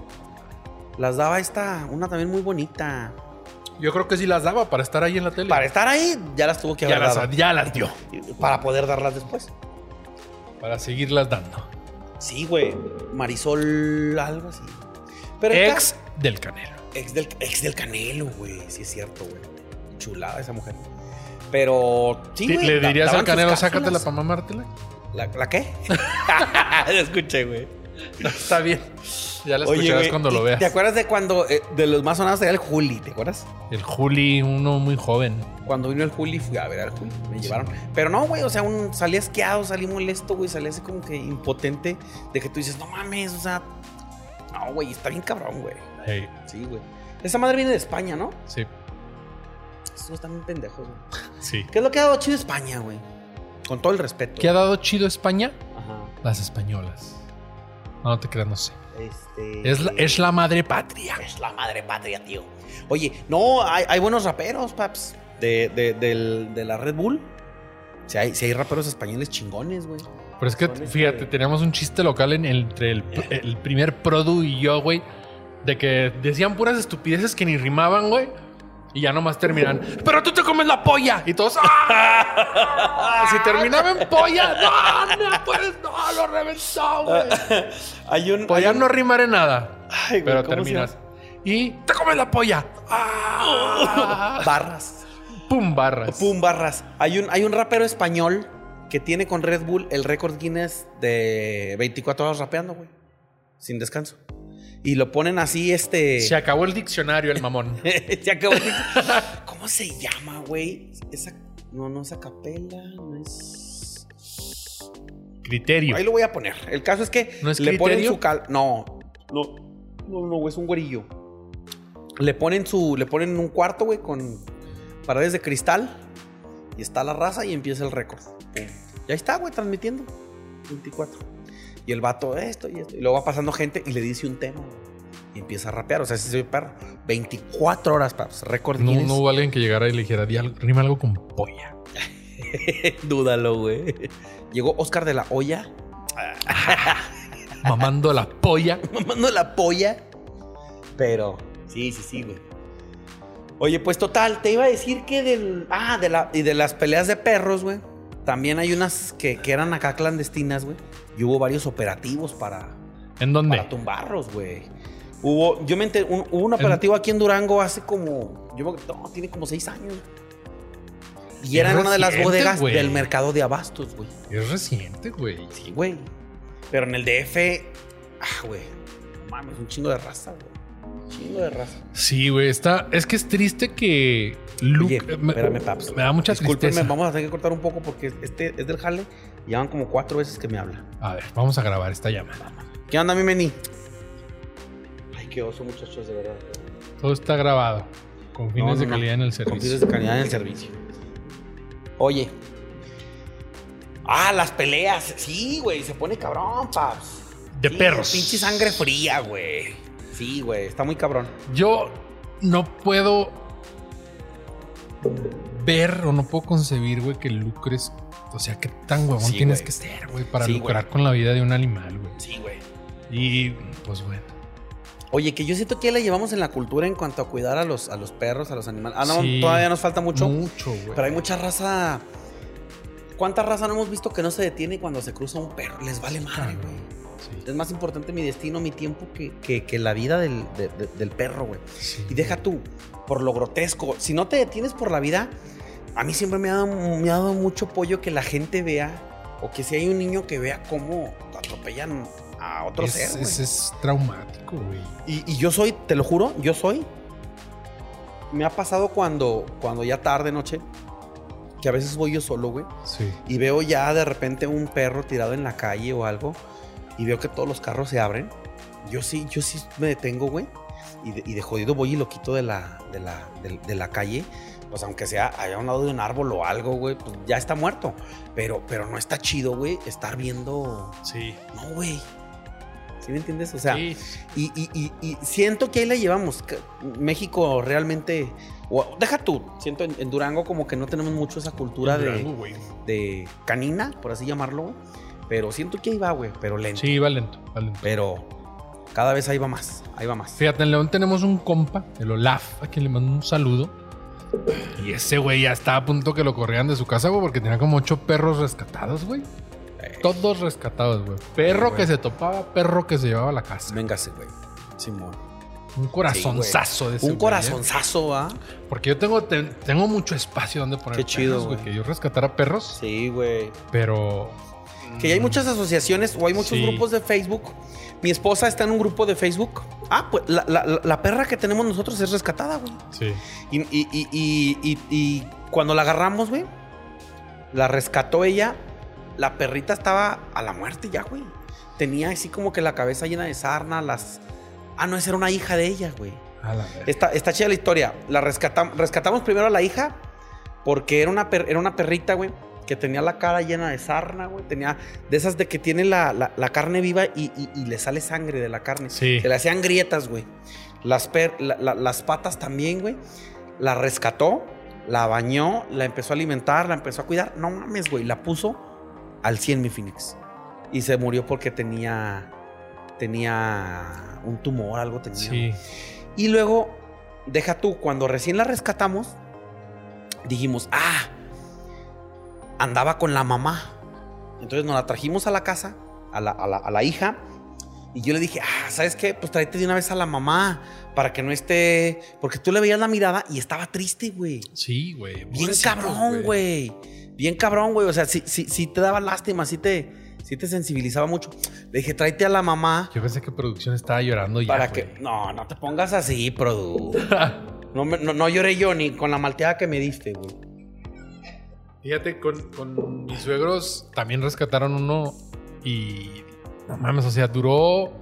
Las daba esta, una también muy bonita.
Yo creo que sí las daba para estar ahí en la tele.
Para estar ahí, ya las tuvo que
ya,
haber
las,
dado.
ya las dio.
Para poder darlas después.
Para seguirlas dando.
Sí, güey. Marisol, algo así. Pero el
Ex del Canelo.
ca- ex, del, ex del Canelo, güey. Sí, es cierto, güey. Chulada esa mujer. Pero, sí,
Sí,
güey.
¿Le
da-
dirías al
daban sus
Canelo,
cápsulas.
sácatela para
<laughs>
mamártela?
¿La, ¿La qué? <laughs> la escuché, güey.
Está bien. Ya la
Oye,
escucharás
güey,
cuando
¿y
lo veas.
¿Te acuerdas de cuando eh, de los más sonados era el Juli? ¿Te acuerdas?
El Juli, uno muy joven.
Cuando vino el Juli, fui a ver al Juli, me llevaron. Pero no, güey, o sea, un, salí asqueado, salí molesto, güey, salí así como que impotente de que tú dices, no mames, o sea, no, güey, está bien cabrón, güey.
Hey,
Sí, güey. Esa madre viene de España, ¿no?
sí,
Estos están bien pendejos, güey.
sí.
¿Qué es lo que ha dado chido España, güey? Con todo el respeto.
¿Qué ha dado chido España?
Ajá.
Las españolas. No, no te creas, no sé.
Este.
Es la, es la madre patria.
Es la madre patria, tío. Oye, no, hay, hay buenos raperos, paps. De, de- del- de la Red Bull. Si hay, si hay raperos españoles chingones, güey.
Pero es que,
Son, este, Eh.
fíjate, teníamos un chiste local en, entre el, el primer Produ y yo, güey, de que decían puras estupideces que ni rimaban, güey. Y ya nomás terminan. Pero tú te comes la polla. Y todos.
<laughs>
"¡Ah!". Si terminaba en polla. No, no, pues no, lo reventó, güey.
<laughs> Hay un.
Podían no rimar en nada.
Ay, güey,
pero
¿cómo se llama?
terminas. Y te comes la
<laughs>
polla. ¡Ah!
Barras.
Pum, barras.
Pum, barras. Hay un, hay un rapero español que tiene con Red Bull el récord Guinness de 24 horas rapeando, güey. Sin descanso. Y lo ponen así, este.
Se acabó el diccionario, el
<laughs>
mamón.
Se acabó. ¿Cómo se llama, güey? Esa. No, no es a capela, no es.
Criterio.
Ahí lo voy a poner. El caso es que
¿No es
le ponen
criterio?
su cal. No. No, no, no, güey, es un güerillo. Le ponen su. Le ponen un cuarto, güey, con paredes de cristal. Y está la raza y empieza el récord. Pum. Y ahí está, güey, transmitiendo. 24. Y el vato esto y esto. Y luego va pasando gente y le dice un tema. güey. Y empieza a rapear. O sea, si soy perro. 24 horas, paps. Récord
No,
Guinness. <laughs>
no hubo alguien que llegara y le dijera, "Di algo- rima algo con polla. <laughs>
Dúdalo, güey. Llegó Oscar de la Hoya
Mamando la polla.
<laughs> mamando la polla. Pero. Sí, sí, sí, güey. Oye, pues total, te iba a decir que del. Ah, de la, y de las peleas de perros, güey. También hay unas que, que eran acá clandestinas, güey. Y hubo varios operativos para,
¿En dónde?
para tumbarlos, güey. Hubo, yo me enteré, un- hubo un operativo aquí en Durango hace como, yo me- no, tiene como seis años. Y
Es
era en una de las
reciente,
bodegas
güey.
del mercado de abastos, güey.
Es reciente, güey.
Sí, güey. Pero en el DF, ah, güey, no mames, un chingo de raza, güey. Un Chingo de raza.
Sí, güey. Está... Es que es triste que
Oye,
Luke. eh, me,
espérame, Paps.
me da mucha
Discúlpenme,
tristeza.
vamos a tener que cortar un poco porque este es del jale. Y van como cuatro veces que me habla.
A ver, vamos a grabar esta llamada.
¿Qué onda, mi Meni? Ay, qué oso, muchachos, de verdad.
Todo está grabado. Con fines
No, no,
de
no.
calidad en el
Con
servicio.
fines de calidad en el servicio. Oye. Ah, las peleas. Sí, güey, se pone cabrón, paps.
De
Sí,
perros.
Pinche sangre fría, güey. Sí, güey, está muy cabrón.
Yo no puedo ver o no puedo concebir, güey, que lucres. O sea, qué tan huevón
Sí,
tienes
güey.
que ser, güey, para
Sí,
lucrar con la vida de un animal, güey.
Sí, güey.
Y pues bueno.
Oye, que yo siento que ya la llevamos en la cultura en cuanto a cuidar a los, a los perros, a los animales. Ah, no,
Sí.
todavía nos falta mucho.
Mucho, güey.
Pero hay mucha raza. ¿Cuánta raza no hemos visto que no se detiene cuando se cruza un perro? Les vale madre,
Claro.
güey.
Sí,
Es más importante mi destino, mi tiempo que, que- que la vida del, de- de- del perro, güey.
sí.
Y deja tú, por lo grotesco. Si no te detienes por la vida, a mí siempre me ha dado, me ha dado mucho pollo que la gente vea, o que si hay un niño que vea cómo atropellan a otro
es,
ser. güey.
es- es traumático, güey.
Y, y yo soy, te lo juro, yo soy. Me ha pasado cuando, cuando ya tarde, noche, que a veces voy yo solo, güey,
Sí.
y veo ya de repente un perro tirado en la calle o algo, y veo que todos los carros se abren. Yo sí, yo sí me detengo, güey, y de, y de jodido voy y lo quito de la, de la, del- de la calle. Pues aunque sea allá a un lado de un árbol o algo, güey, pues ya está muerto. Pero, pero no está chido, güey, estar viendo.
Sí.
No, güey. ¿Sí me entiendes? O sea.
Sí.
Y, y- y- y siento que ahí la llevamos. que México realmente. o- deja tú. Siento en, en Durango como que no tenemos mucho esa cultura
Durango,
de,
güey.
de canina, por así llamarlo. güey. Pero siento que ahí va, güey. Pero lento.
Sí, va lento, va lento.
Pero cada vez ahí va más. Ahí va más.
Fíjate, en León tenemos un compa, el Olaf, a quien le mando un saludo. Y ese güey ya estaba a punto que lo corrían de su casa, güey, porque tenía como ocho perros rescatados, güey.
Eh,
Todos rescatados, güey. Perro
Sí, güey.
que se topaba, perro que se llevaba a la casa.
Véngase, güey. Simón.
Un corazonzazo de ese
Un
güey, ¿eh?
corazonzazo, ¿ah?
Porque yo tengo, te- tengo mucho espacio donde poner
Qué chido,
perros, güey.
güey.
Que yo rescatara perros,
Sí, güey.
pero...
Que ya hay muchas asociaciones o hay muchos
Sí.
grupos de Facebook. Mi esposa está en un grupo de Facebook. Ah, pues la, la- la- la perra que tenemos nosotros es rescatada, güey.
Sí.
Y, y- y- y- y- y cuando la agarramos, güey, la rescató ella. La perrita estaba a la muerte ya, güey. Tenía así como que la cabeza llena de sarna, las... Ah, no, esa era una hija de ella, güey.
A la verga.
Está, está chida la historia. La rescatam- rescatamos primero a la hija porque era una, per- era una perrita, güey, que tenía la cara llena de sarna, güey. Tenía de esas de que tiene la, la- la carne viva y, y- y le sale sangre de la carne.
Sí.
Se le hacían grietas, güey. Las, per- la- la- las patas también, güey. La rescató, la bañó, la empezó a alimentar, la empezó a cuidar. No mames, güey. La puso al 100, mi Phoenix. Y se murió porque tenía. Tenía un tumor, algo tenía. güey.
Sí.
Y luego, deja tú, cuando recién la rescatamos, dijimos, ah, andaba con la mamá. Entonces nos la trajimos a la casa, a la, a la- a la hija. Y yo le dije, ah, ¿sabes qué? Pues tráete de una vez a la mamá para que no esté. Porque tú le veías la mirada y estaba triste, güey.
Sí, güey.
Bien
Pobrecitos,
cabrón, güey. Bien cabrón, güey. O sea, sí, sí, sí te daba lástima, sí te, sí te sensibilizaba mucho. Le dije, tráete a la mamá
Yo pensé que producción estaba llorando ya,
para
güey.
que. No, no te pongas así, produ.
<laughs>
No, me- no- no lloré yo ni con la malteada que me diste, güey.
Fíjate, con, con mis suegros también rescataron uno y no mames, o sea, duró,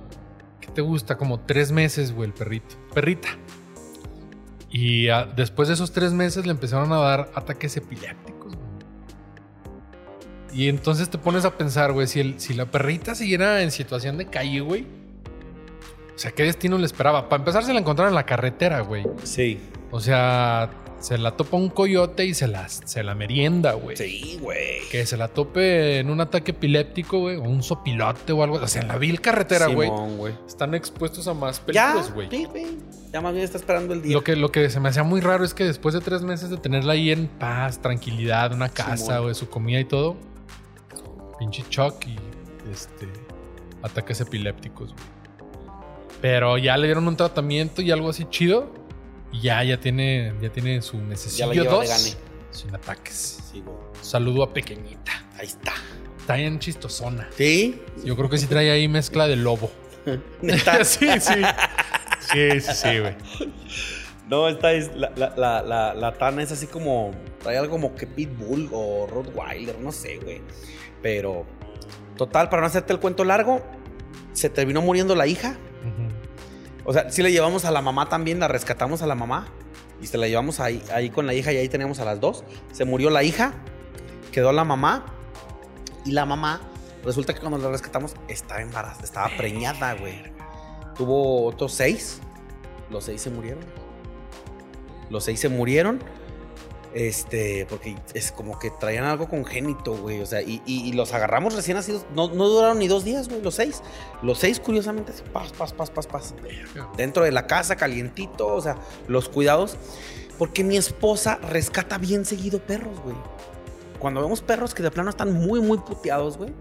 ¿qué te gusta? Como tres meses, güey, el perrito. Perrita. Y ah, después de esos tres meses le empezaron a dar ataques epilépticos. güey. Y entonces te pones a pensar, güey, si, el- si la perrita siguiera en situación de calle, güey. O sea, ¿qué destino le esperaba? Para empezar, se la encontraron en la carretera, güey.
Sí.
O sea, Se la topa un coyote y se la, se la merienda, güey.
Sí, güey.
Que se la tope en un ataque epiléptico, güey, o un sopilote o algo. O sea, en la vil carretera, güey.
Simón, güey.
Están expuestos a más
Ya,
peligros, güey.
sí, güey. Ya más bien está esperando el día.
Lo que, lo que se me hacía muy raro es que después de tres meses de tenerla ahí en paz, tranquilidad, una casa,
Simón.
güey, su comida y todo, pinche shock y este, ataques epilépticos, güey. Pero ya le dieron un tratamiento y algo así chido. Y ya, ya tiene, ya tiene su
ya la
necesillo
lleva de
2
gane.
sin ataques.
Sí, güey.
Saludo a Pequeñita.
Ahí está.
Está bien chistosona.
¿Sí?
Yo creo que sí trae ahí mezcla de
<laughs>
lobo.
Neta.
sí, sí. Sí, sí, sí, güey.
<laughs> No, esta es. La, la, la, la, la Tana es así como. Trae algo como que Pitbull o Rottweiler, no sé, güey. Pero. Total, para no hacerte el cuento largo, se terminó muriendo la hija.
Ujú.
O sea, sí la llevamos a la mamá también, la rescatamos a la mamá. Y se la llevamos ahí, ahí con la hija y ahí teníamos a las dos. Se murió la hija, quedó la mamá. Y la mamá, resulta que cuando la rescatamos, estaba embarazada, estaba preñada, güey. Tuvo otros seis. Los seis se murieron. Los seis se murieron. Este, porque es como que traían algo congénito, güey. O sea, y, y- y los agarramos recién nacidos. No, no duraron ni dos días, güey, los seis. Los seis, curiosamente, así, paz, paz, paz, paz, paz dentro de la casa, calientito, o sea, los cuidados. Porque mi esposa rescata bien seguido perros, güey. Cuando vemos perros que de plano están muy, muy puteados, güey.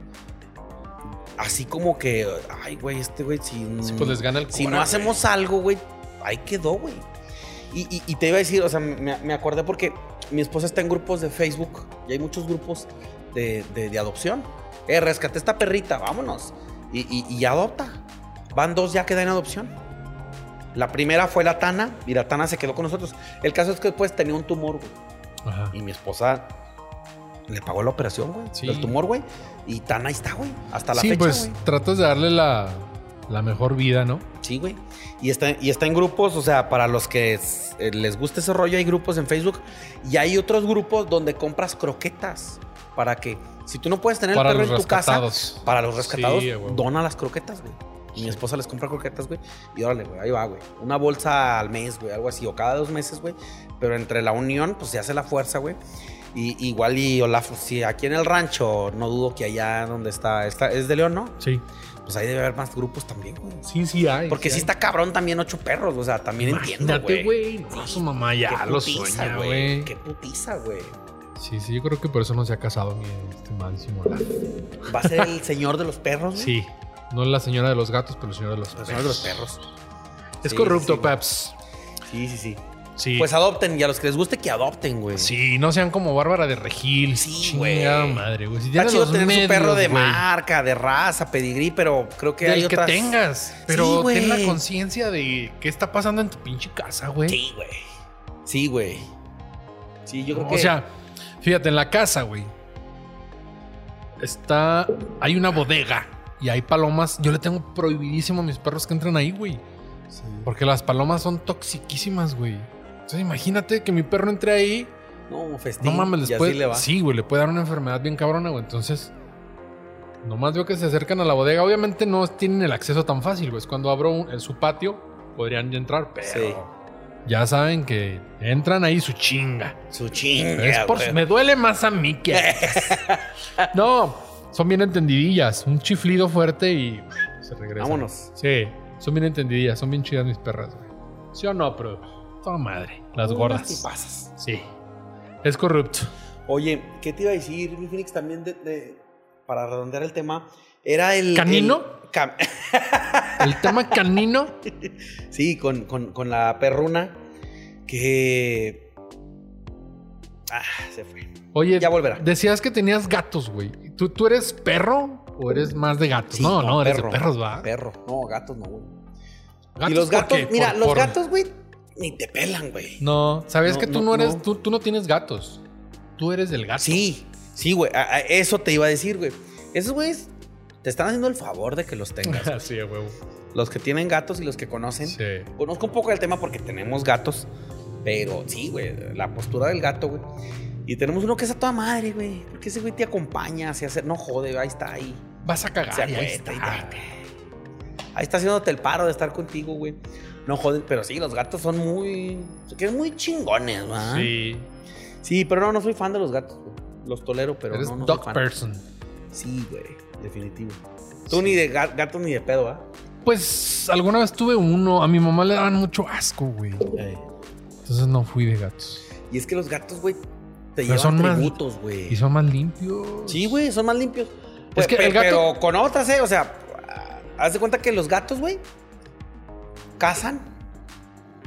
Así como que, ay, güey, este güey, si,
Sí, pues les gana el
si
cora,
no hacemos algo, güey, ahí quedó, güey. Y, y- y te iba a decir, o sea, me, me acordé porque mi esposa está en grupos de Facebook y hay muchos grupos de, de- de adopción. Eh, rescaté esta perrita, vámonos. Y, y- y adopta. Van dos ya que dan adopción. La primera fue la Tana y la Tana se quedó con nosotros. El caso es que después tenía un tumor, güey.
güey. Ajá.
Y mi esposa le pagó la operación, güey.
Sí.
El tumor, güey. Y Tana ahí está, güey. Hasta la
sí,
fecha,
pues
güey.
tratas de darle la, la mejor vida, ¿no?
Sí, güey. Y está, y está en grupos, o sea, para los que es- eh, les gusta ese rollo, hay grupos en Facebook y hay otros grupos donde compras croquetas para que, si tú no puedes tener
Para
el
los
perro en tu casa,
rescatados.
para los rescatados,
Sí, güey.
dona las croquetas, güey. Y mi esposa les compra croquetas, güey. Y órale, güey, ahí va, güey. Una bolsa al mes, güey, algo así, o cada dos meses, güey. Pero entre la unión, pues se hace la fuerza, güey. Y, igual y Olaf, si aquí en el rancho, no dudo que allá donde está, está es de León, ¿no?
Sí.
Pues ahí debe haber más grupos también, güey.
Sí, sí hay.
Porque sí
hay.
está cabrón también ocho perros, o sea, también entiendo,
Imagínate,
güey.
güey. No, su mamá ya
Qué
lo
putiza,
sueña, güey.
Qué putiza, güey.
Sí, sí, yo creo que por eso no se ha casado mi este estimadísimo Olaf.
Va a
<laughs>
ser el señor de los perros, güey.
Sí. No la señora de los gatos, pero el señor de los
El
perros.
señor de los perros.
Es
Sí,
corrupto,
sí, güey.
Peps.
Sí, sí, sí.
Sí.
Pues adopten, y a los que les guste que adopten, güey.
sí, no sean como Bárbara de Regil.
Sí,
Chingada
güey.
madre, güey. Si
Está
tienes
chido
los
tener
medios,
su perro de
güey,
marca, de raza, pedigrí, pero creo que hay
Del que
otras.
tengas. Pero
güey.
ten la conciencia de qué está pasando en tu pinche casa, güey.
Sí, güey. Sí, güey. Sí, yo creo que.
O sea, fíjate, en la casa, güey. Está. Hay una bodega y hay palomas. Yo le tengo prohibidísimo a mis perros que entren ahí, güey.
Sí.
Porque las palomas son toxiquísimas, güey. Entonces imagínate que mi perro entre ahí.
No, festín.
No mames, les
y así
puede-
le va.
Sí, güey, le puede dar una enfermedad bien cabrona, güey. Entonces. Nomás veo que se acercan a la bodega. Obviamente no tienen el acceso tan fácil, güey. Es cuando abro un- en su patio, podrían ya entrar, pero.
Sí.
Ya saben que entran ahí su chinga.
Su chinga.
Es por-
güey.
me duele más a mí que
<laughs>
a ellos. No, son bien entendidillas. Un chiflido fuerte y se regresa.
Vámonos.
Sí, son bien entendidillas. Son bien chidas mis perras, güey. ¿Sí o no, pero? Toda madre. Las
Unas
gordas.
tipazas.
Sí. Es corrupto.
Oye, ¿qué te iba a decir, mi Phoenix? También de, de- para redondear el tema, era el.
¿Canino?
el- cam- <laughs>
El tema canino.
sí, con, con- con la perruna que. Ah, se fue.
Oye,
Ya volverá.
decías que tenías gatos, güey. ¿Tú, ¿Tú eres perro o eres más de gatos?
Sí,
Pues no,
no,
no, eres
perro.
de perros, va.
Perro. No, gatos no, güey.
Gatos,
y los
¿por
gatos,
qué?
mira,
Por-
los
por-
gatos, güey, ni te pelan, güey.
No, sabes
No,
que tú
no,
no, eres,
no.
Tú, tú no tienes gatos. Tú eres del gato. <laughs>
Sí, sí, güey. a- a- Eso te iba a decir, güey. Esos güeyes te están haciendo el favor de que
<laughs>
los tengas.
Así, huevo.
los que tienen gatos y los que conocen.
Sí.
Conozco un poco del tema porque tenemos gatos, pero sí, güey, la postura del gato, güey. Y tenemos uno que es a toda madre, güey. Porque ese güey te acompaña, se hace, no jode, ahí está ahí.
Vas a cagar.
Se
y ahí
acuesta y
está.
ahí Ahí está haciéndote el paro de estar contigo, güey. No joden, pero sí, los gatos son muy. Que muy chingones, ¿verdad?
Ah. Sí.
Sí, pero no, no soy fan de los gatos, güey. Los tolero, pero
Eres
no, no soy
dog
fan.
person.
Sí, güey, definitivo. Tú ni de ga- gatos ni de pedo, ¿ah?
Pues alguna vez tuve uno. A mi mamá le daban mucho asco, güey. Entonces no fui de gatos.
Y es que los gatos, güey, te
Pero
llevan
son más-
tributos, güey.
Y son más limpios.
Sí, güey, son más limpios.
Es
Es
que
que
el gato-
Pero con otras, ¿eh? O sea, haz de cuenta que los gatos, güey, cazan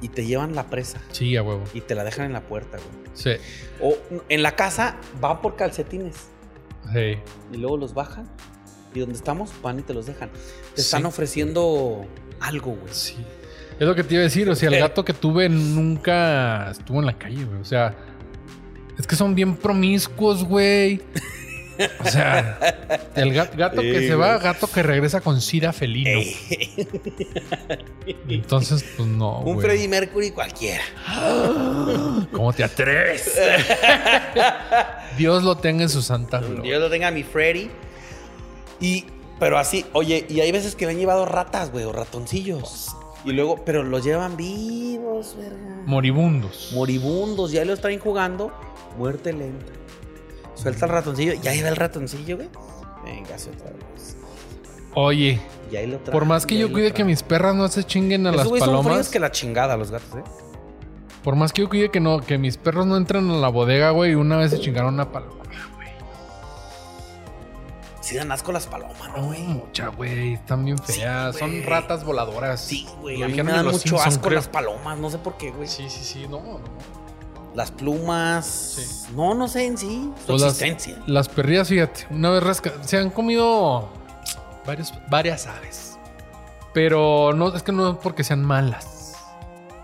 y te llevan la presa
Sí, a huevo.
y te la dejan en la puerta, güey.
Sí.
O en la casa van por calcetines
Sí.
y luego los bajan y donde estamos van y te los dejan. Te
Sí.
están ofreciendo algo, güey.
Sí. Es lo que te iba a decir, o sea, el
Eh.
gato que tuve nunca estuvo en la calle, güey. O sea, es que son bien promiscuos, güey. O sea, el ga- gato que
Sí,
se va,
güey.
gato que regresa con sida felino.
Ey,
Entonces, pues no,
un
güey.
Freddie Mercury cualquiera.
¿Cómo te
<laughs>
atreves? Dios lo tenga en su santa gloria.
Dios lo tenga a mi Freddy. Y, pero así, oye, y hay veces que le han llevado ratas, güey, o ratoncillos. Y luego, pero los llevan vivos, verga.
Moribundos.
Moribundos, ya los traen jugando. Muerte lenta. Suelta el ratoncillo, ya lleva el ratoncillo, güey. Venga, se otra vez.
Oye,
Y ahí lo traen,
por más que
y ahí
yo
lo
cuide que
traen.
mis perras no se chinguen a
Esos
las
güeyes son fríos
palomas,
que la chingada los gatos, ¿eh?
por más que yo cuide que no, que mis perros no entren a la bodega, güey, una vez se chingaron una paloma.
Sí dan asco las palomas,
No,
¿no,
güey,
güey?
mucha, güey. Están bien feas.
Sí,
Son
güey.
ratas voladoras.
Sí, güey.
Lo
A mí
dijeron
me
en
dan
Los
mucho
Simpson,
asco
creo.
las palomas, no sé por qué, güey.
Sí, sí, sí. No, no.
Las plumas.
Sí.
No, no sé en sí. Su
Pues las-
existencia.
Las perrillas, fíjate. Una vez rasca... Se han comido varios, varias aves. Pero no, es que no es porque sean malas.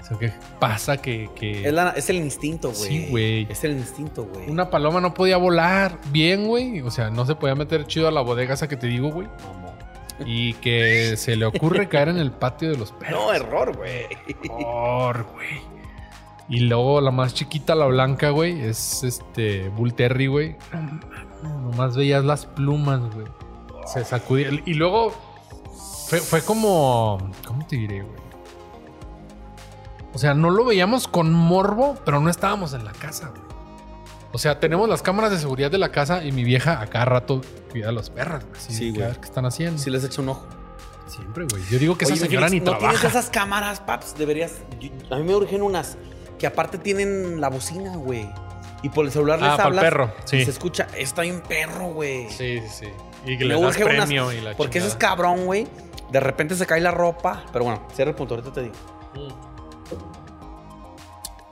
sino que pasa que... que
Es, la- es el instinto, güey.
Sí, güey.
Es el instinto, güey.
Una paloma no podía volar bien, güey. O sea, no se podía meter chido a la bodega esa que te digo, güey.
Mamón.
Y que se le ocurre caer en el patio de los perros.
No, error, güey.
Por, güey. Y luego la más chiquita, la blanca, güey, es este Bull Terry, güey. No mames, Nomás veías las plumas, güey. Se sacudía. Y luego fue, fue como. ¿Cómo te diré, güey? O sea, no lo veíamos con morbo, pero no estábamos en la casa, güey. O sea, tenemos las cámaras de seguridad de la casa y mi vieja acá a rato cuida a los perros, güey. Así de
Sí,
que,
güey.
a ver ¿Qué están haciendo?
Si les echo un ojo.
Siempre, güey. Yo digo que
Oye,
esa señora
Félix,
ni
¿no
trabaja.
tienes esas cámaras, paps? Deberías... yo- a mí me urgen unas que aparte tienen la bocina, güey. Y por el celular les
Ah, para el
hablas
perro.
y
Sí.
se escucha. Está bien perro, güey.
Sí, sí, sí. Y que
Me
le das
urge unas-
premio y la
Porque ese es
chingada.
cabrón, güey. De repente se cae la ropa. Pero bueno, cierra el punto. Ahorita te digo.
Mm.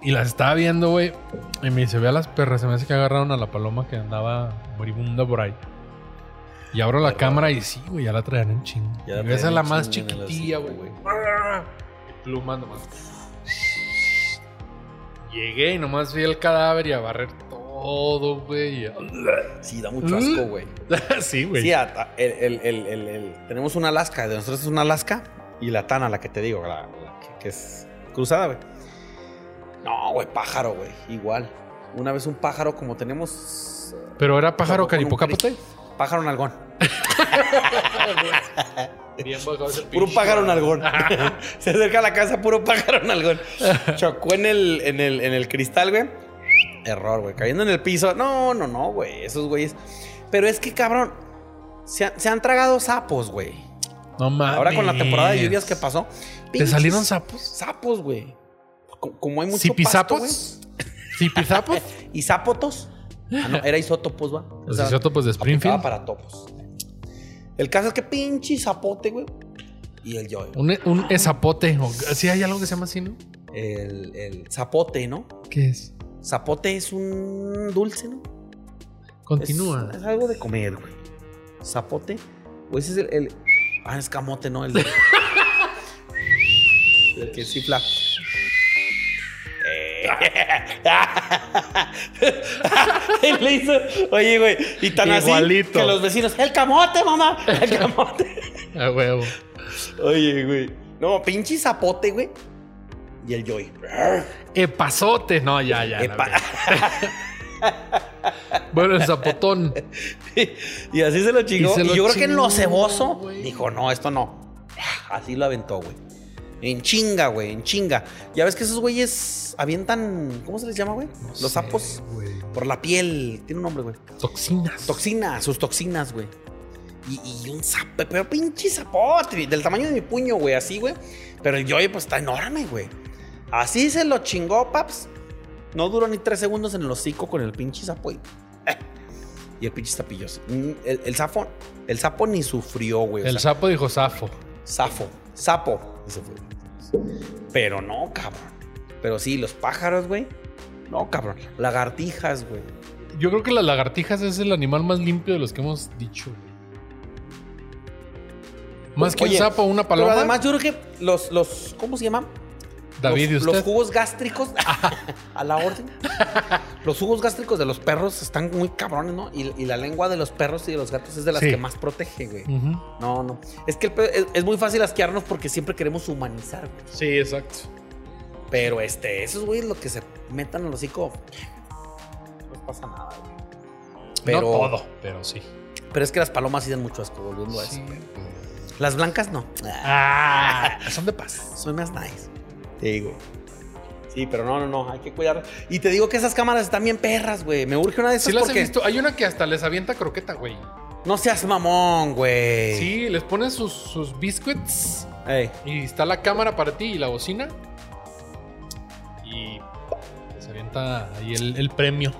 Y las estaba viendo, güey. Y me dice, ve a las perras. Se me hace que agarraron a la paloma que andaba moribunda por ahí. Y abro la
Perro.
cámara y sí, güey, ya la traían en chingo.
Ya la
Y esa es
traían
la
en
más
chingo en el
chiquitilla,
hocico,
güey.
güey.
Pluma nomás. Llegué y nomás vi el cadáver y a barrer todo, güey. <laughs>
Sí, da
Mm.
mucho asco, güey.
sí, güey.
Sí, ata- el- el- el- el- el- tenemos una Alaska, de nosotros es una Alaska y la Tana, la que te digo, la, la que, que es cruzada, güey. No, güey, pájaro, güey, igual. Una vez un pájaro, como tenemos eh,
Pero era pájaro
Como con un
caripocapote.
pájaro nalgón.
Bien pues, bajado ese
Puro
pinche.
pájaro nalgón. <laughs> Se acerca a la casa, puro
<laughs>
pájaro nalgón. Chocó en el, en el, en el cristal, güey. Error, güey. Cayendo en el piso. No, no, no, güey. Esos güeyes. Pero es que, cabrón, se, han- se han tragado sapos, güey.
No mames.
Ahora con la temporada de lluvias que pasó.
¿Te salieron
pinches
sapos?
Sapos, güey. Co- Como hay mucho pasto, güey.
¿Sipizapos?
<laughs>
¿Sipizapos?
Y zapotos. Ah, no, era isótopos, va.
Los isótopos de Springfield.
aplicaba para topos. El caso es que pinche zapote, güey. Y el yo.
Un, un ezapote. o- Sí, hay algo que se llama así, ¿no?
El, el zapote, ¿no?
¿Qué es?
Zapote es un dulce, ¿no? Es-
Continúa.
Es, algo de comer, güey. Zapote. O ese es el. el- Ah, es camote, ¿no? El, <laughs> el que Eh. cifla. <laughs> Le hizo. Oye, güey. Y tan
Igualito.
así que los vecinos. ¡El camote, mamá! ¡El camote! <laughs>
A Ah, huevo.
Oye, güey. No, pinche zapote, güey. Y el joy.
Epazote. No, ya, ya. la
Epa.
verga. <laughs> bueno, el zapotón.
y así se lo chingó.
Y
Y,
se lo
yo creo que en
chingó,
lo ceboso
güey.
dijo, no, esto no. así lo aventó, güey. En chinga, güey, en chinga. Ya ves que esos güeyes avientan. ¿Cómo se les llama, güey?
No
Los
sé,
sapos.
güey.
Por la piel. Tiene un nombre, güey.
Toxinas.
Toxinas, sus toxinas, güey. Y, y un sapo, pero pinche zapote, del tamaño de mi puño, güey, así, güey. Pero el yoyo, pues está enorme, güey. Así se lo chingó, paps. No duró ni tres segundos en el hocico con el pinche sapo. Y, <laughs> y el pinche sapillo. así. Mm, El, el sapo, el sapo ni sufrió, güey. o
el
sea,
sapo dijo zafo.
Safo, sapo. y se fue. Pero no, cabrón. Pero sí, los pájaros, güey. No, cabrón. Lagartijas, güey.
Yo creo que las lagartijas es el animal más limpio de los que hemos dicho. güey. Más que
Oye,
un sapo, una paloma.
Pero además yo creo que los, los ¿cómo se llaman?
David, ¿y
los, los
usted? <laughs>
jugos gástricos a la orden. Los jugos gástricos de los perros están muy cabrones, ¿no? Y, y la lengua de los perros y de los gatos es de las
Sí.
que más protege, güey.
Ujú.
No, no. Es que el pe- es, es muy fácil asquearnos porque siempre queremos humanizar, güey.
Sí, exacto.
Pero este, esos güeyes lo que se metan al hocico. No pasa nada, güey. Pero,
no todo, pero sí.
pero es que las palomas sí dan mucho asco, volviendo a eso.
Sí.
Las blancas no.
Ah, son de paz.
Soy más nice. Te digo. Sí, pero no, no, no, hay que cuidar. Y te digo que esas cámaras están bien perras, güey. Me urge una de esas
Sí las he
porque
visto. Hay una que hasta les avienta croqueta, güey.
no seas mamón, güey.
Sí, les ponen sus, sus biscuits
Ey,
y está la cámara para ti y la bocina. Y les avienta ahí el, el premio.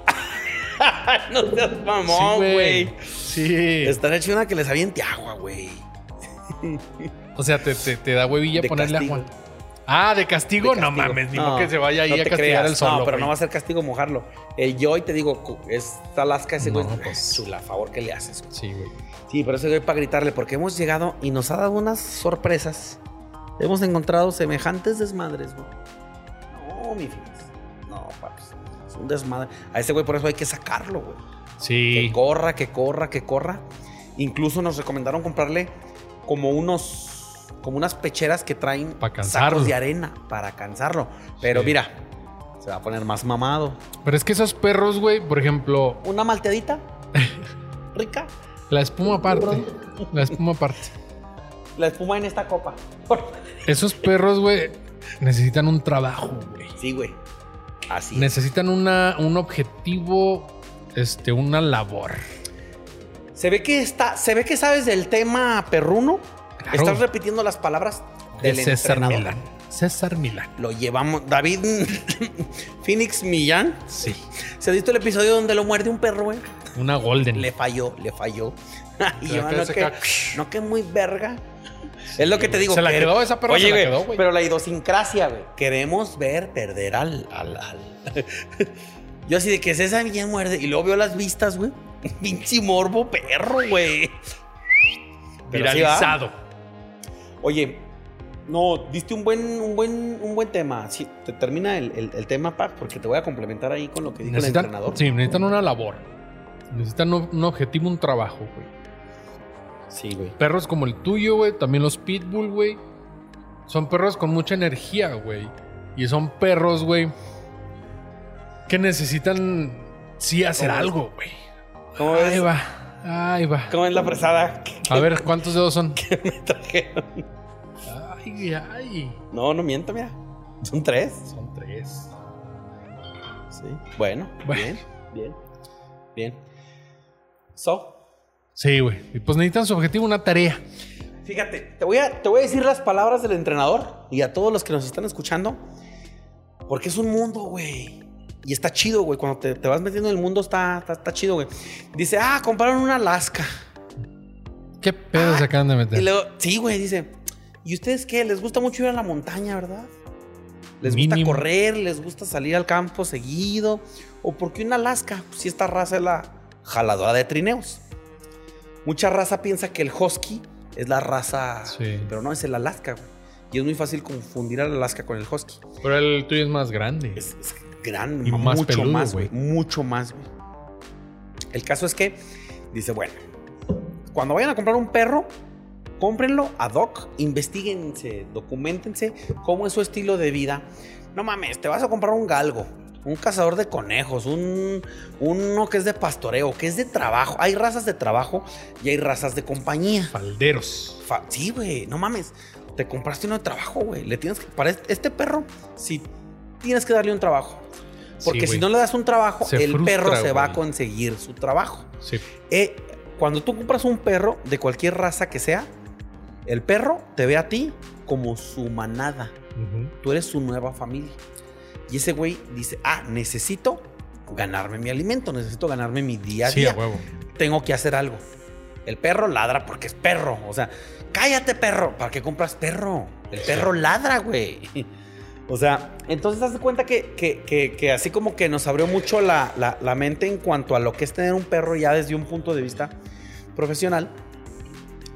<laughs> No seas mamón,
sí,
güey.
Sí.
Estará hecho una que les aviente agua, güey.
O sea, te, te- te da huevilla
De
ponerle
castigo.
agua. Ah, de castigo,
De
no
castigo.
mames, ni
No,
modo que se vaya ahí
no
a
te
castigar
creas.
el solo.
No, pero no
güey.
va a ser castigo mojarlo. El yo, y te digo, cu- esta Alaska, ese güey,
No,
es
pues.
chula, favor que le haces. güey.
Sí, güey.
Sí, pero ese güey para gritarle, porque hemos llegado y nos ha dado unas sorpresas. Hemos encontrado semejantes desmadres, güey. No, mi fijas. No, papi. Es un desmadre. A ese güey por eso hay que sacarlo, güey. Que
Sí.
corra, que corra, que corra. Incluso nos recomendaron comprarle como unos. Como unas pecheras que traen
Pa' cansarlo.
sacos de arena para cansarlo. Pero
Sí.
mira, se va a poner más mamado.
Pero es que esos perros, güey, por ejemplo,
Una
<laughs>
malteadita rica.
la espuma aparte. La espuma aparte.
La espuma en esta copa. <laughs>
Esos perros, güey, necesitan un trabajo, güey.
Sí, güey. Así. es.
Necesitan una, un objetivo, este, una labor.
Se ve que está, se ve que sabes del tema perruno.
Claro.
Estás repitiendo las palabras
De
del
César
entrenador.
Milán. César Milán.
Lo llevamos. David <laughs> Phoenix Millán.
Sí.
¿Se ha visto el episodio donde lo muerde un perro, güey?
Una golden.
Le falló, le falló. <laughs> y
Te la
yo, no
quedas
que,
acá.
<laughs> no que muy verga. es lo que te digo.
Se la
que-
quedó esa perra,
Oye,
se la
güey,
quedó, güey.
Pero la idiosincrasia, güey. Queremos ver perder al. al, al- <laughs> Yo así de que César bien muerde. Y luego veo las vistas, güey. <laughs> Pinche morbo perro, güey. Pero sí, ¿va?
Viralizado.
Oye, no, diste un buen, un buen, un buen tema. Sí, te termina el, el- el tema, Pap, porque te voy a complementar ahí con lo que dijo el
Necesitan,
entrenador.
sí, necesitan una labor. Necesitan un, un objetivo, un trabajo, güey.
Sí, güey.
Perros como el tuyo, güey. También los pitbull, güey. Son perros con mucha energía, güey. Y son perros, güey. Que necesitan sí hacer
¿Cómo
algo, güey.
¿Cómo
Ahí
ves?
va. Ah. Ahí va.
¿Cómo es la fresada que <laughs>
A ver, ¿cuántos dedos son?
me trajeron?
Ay, ay.
No, no miento, mira. Son tres.
Son tres.
Sí. Bueno,
Bueno.
bien, bien, bien. So,
Sí, güey. Y pues necesitan su objetivo, una tarea.
fíjate, te voy, a, te voy a decir las palabras del entrenador y a todos los que nos están escuchando, porque es un mundo, güey. Y está chido, güey. Cuando te, te vas metiendo en el mundo, está, está, está chido, güey. Dice, ah, compraron una Alaska.
¿Qué pedo se acaban de
Y
meter?
luego, sí, güey, dice, ¿y ustedes qué? Les gusta mucho ir a la montaña, ¿verdad? Les gusta
Mínimo.
correr, les gusta salir al campo seguido. ¿O por qué una Alaska? Pues, Si esta raza es la jaladora de trineos. Mucha raza piensa que el husky es la raza,
Sí.
pero no, es el Alaska, güey. Y es muy fácil confundir al Alaska con el husky.
Pero el tuyo es más grande.
Es, es grande,
Y más
mucho
peludo,
más, güey.
güey.
Mucho más, güey. El caso es que dice, bueno, cuando vayan a comprar un perro, cómprenlo ad hoc, investiguense, documentense cómo es su estilo de vida. No mames, te vas a comprar un galgo, un cazador de conejos, un uno que es de pastoreo, que es de trabajo. Hay razas de trabajo y hay razas de compañía.
Falderos.
Fa- sí, güey, no mames. Te compraste uno de trabajo, güey. Le tienes que. Para este, este perro, sí tienes que darle un trabajo. Porque
Sí,
si
güey.
no le das un trabajo,
Se
el
frustra,
perro se va a
güey.
conseguir su trabajo.
Sí.
Eh, cuando tú compras un perro de cualquier raza que sea, el perro te ve a ti como su manada.
Ujú.
Tú eres su nueva familia. Y ese güey dice, ah, necesito ganarme mi alimento, necesito ganarme mi día a
Sí, a
día.
huevo.
Tengo que hacer algo. El perro ladra porque es perro. O sea, cállate perro. ¿Para qué compras perro? El perro ladra, güey. O sea, entonces te das cuenta que, que- que- que así como que nos abrió mucho la, la- la mente en cuanto a lo que es tener un perro ya desde un punto de vista profesional.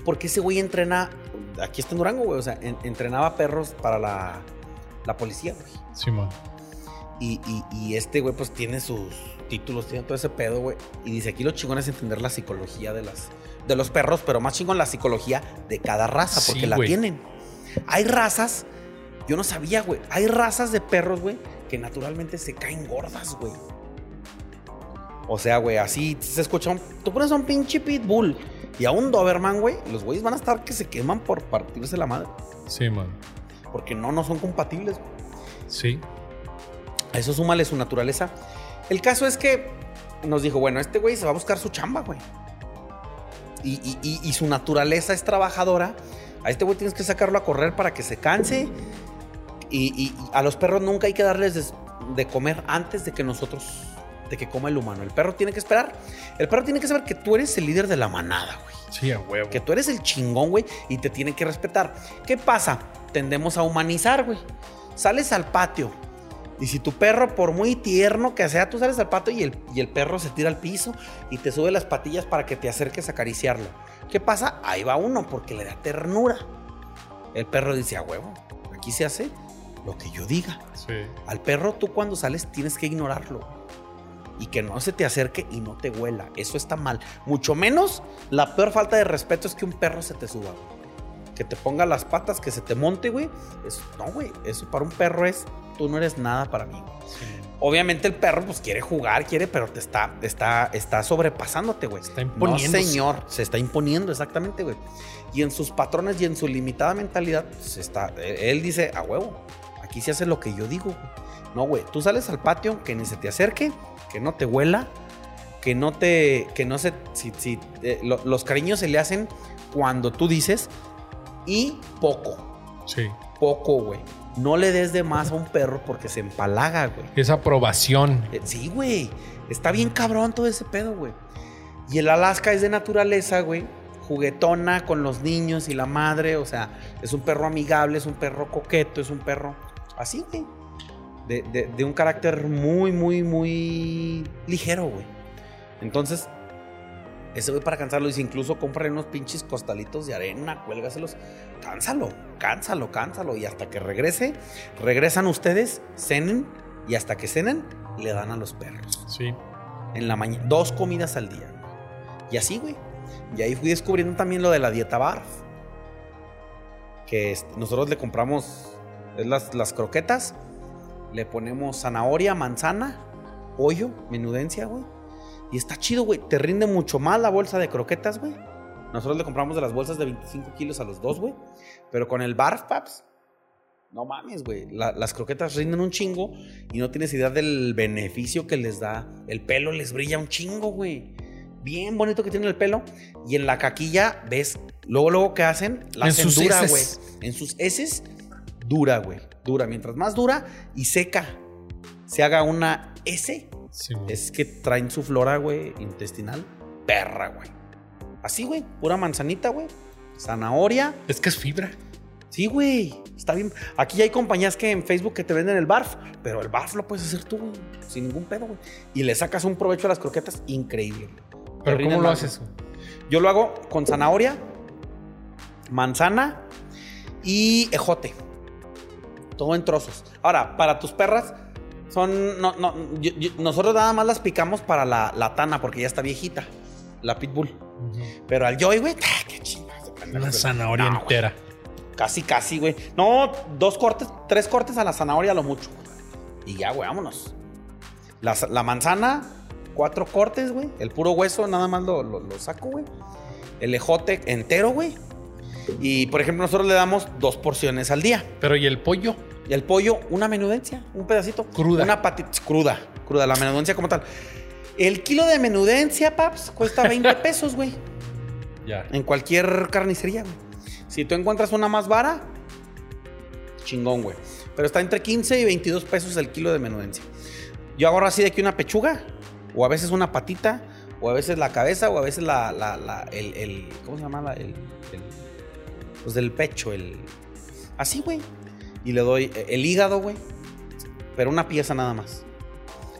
Porque ese güey entrena, aquí está en Durango, güey. O sea, en- entrenaba perros para la, la policía, güey.
Simón.
Y, y- y este güey pues tiene sus títulos, tiene todo ese pedo, güey. Y dice, aquí lo chingón es entender la psicología de, las, de los perros, pero más chingón la psicología de cada raza, porque
Sí,
la
güey.
tienen. Hay razas, yo no sabía, güey. Hay razas de perros, güey, que naturalmente se caen gordas, güey. O sea, güey, así se escucha un- Tú pones a un pinche pitbull y a un Doberman, güey. Los güeyes van a estar que se queman por partirse la madre.
Simón.
Porque no, no son compatibles, güey.
Sí.
A eso súmale su naturaleza. El caso es que nos dijo, bueno, este güey se va a buscar su chamba, güey. Y, y- y- y su naturaleza es trabajadora. A este güey tienes que sacarlo a correr para que se canse. Y, y- y a los perros nunca hay que darles des- de comer antes de que nosotros, de que coma el humano. El perro tiene que esperar. El perro tiene que saber que tú eres el líder de la manada, güey.
Sí, a huevo.
Que tú eres el chingón, güey, y te tienen que respetar. ¿Qué pasa? Tendemos a humanizar, güey. Sales al patio. Y si tu perro, por muy tierno que sea, tú sales al patio y el, y el perro se tira al piso y te sube las patillas para que te acerques a acariciarlo. ¿Qué pasa? Ahí va uno, porque le da ternura. El perro dice, a huevo, aquí se hace lo que yo diga.
Sí.
Al perro tú cuando sales tienes que ignorarlo. Y que no se te acerque y no te huela. Eso está mal. Mucho menos la peor falta de respeto es que un perro se te suba. güey. Que te ponga las patas, que se te monte, güey. Eso, no, güey. Eso para un perro es, tú no eres nada para mí. güey. Obviamente el perro pues quiere jugar, quiere, pero te está, está, está sobrepasándote, güey.
Está imponiéndose.
No, señor, se está imponiendo, exactamente, güey. Y en sus patrones y en su limitada mentalidad, se está, e- él dice, a huevo, aquí se hace lo que yo digo. güey". No, güey, tú sales al patio, que ni se te acerque, que no te huela, que no te, que no se, si, si, eh, lo- los cariños se le hacen cuando tú dices y poco,
Sí.
poco, güey. No le des de más a un perro porque se empalaga, güey.
Esa aprobación.
Eh, Sí, güey. Está bien cabrón todo ese pedo, güey. Y el Alaska es de naturaleza, güey. Juguetona con los niños y la madre. O sea, es un perro amigable, es un perro coqueto, es un perro así, güey. De, de- de un carácter muy, muy, muy ligero, güey. Entonces, ese güey para cansarlo dice, incluso cómprale unos pinches costalitos de arena, cuélgaselos. Cánsalo, cánsalo, cánsalo. Y hasta que regrese, regresan ustedes, cenen y hasta que cenen, le dan a los perros.
Sí.
En la mañana, dos comidas al día. güey. Y así, güey. Y ahí fui descubriendo también lo de la dieta barf. Que este, nosotros le compramos es las, las croquetas, le ponemos zanahoria, manzana, pollo, menudencia, güey. Y está chido, güey. Te rinde mucho más la bolsa de croquetas, güey. Nosotros le compramos de las bolsas de 25 kilos a los dos, güey. Pero con el barf, paps. No mames, güey. La- las croquetas rinden un chingo y no tienes idea del beneficio que les da. El pelo les brilla un chingo, güey. Bien bonito que tiene el pelo. Y en la caquilla ves luego, luego que hacen, la
En
hacen
sus
dura, güey.
heces.
En sus heces, dura, güey. Dura. Mientras más dura y seca se haga una S,
Simón.
es que traen su flora, güey, intestinal. Perra, güey. Así, güey. Pura manzanita, güey. Zanahoria.
Es que es fibra.
Sí, güey. Está bien. Aquí hay compañías que en Facebook que te venden el barf, pero el barf lo puedes hacer tú, güey. Sin ningún pedo, güey. Y le sacas un provecho a las croquetas increíble.
Pero
rinden
¿cómo lo
más.
haces? güey?
Yo lo hago con zanahoria, manzana y ejote. Todo en trozos. Ahora, para tus perras, son. No, no, yo- yo- nosotros nada más las picamos para la, la tana, porque ya está viejita, la pitbull. Pero al joy, güey, ¡ah, qué chingas.
Una zanahoria
No, güey,
entera.
Casi, casi, güey. No, dos cortes, tres cortes a la zanahoria a lo mucho. Y ya, güey, vámonos. La, za- la manzana, cuatro cortes, güey. El puro hueso, nada más lo, lo- lo saco, güey. El ejote entero, güey. Y por ejemplo, nosotros le damos dos porciones al día.
Pero ¿y el pollo?
Y el pollo, una menudencia, un pedacito.
Cruda.
Una patita cruda, cruda, la menudencia como tal. El kilo de menudencia, paps, cuesta 20 pesos, güey.
Ya.
En cualquier carnicería, güey. Si tú encuentras una más vara, chingón, güey. Pero está entre 15 y 22 pesos el kilo de menudencia. Yo agarro así de aquí una pechuga, o a veces una patita, o a veces la cabeza, o a veces la, la, la- el, el- ¿cómo se llama? La- el, el- pues del pecho, el, así, güey. Y le doy eh, el hígado, güey. Pero una pieza nada más.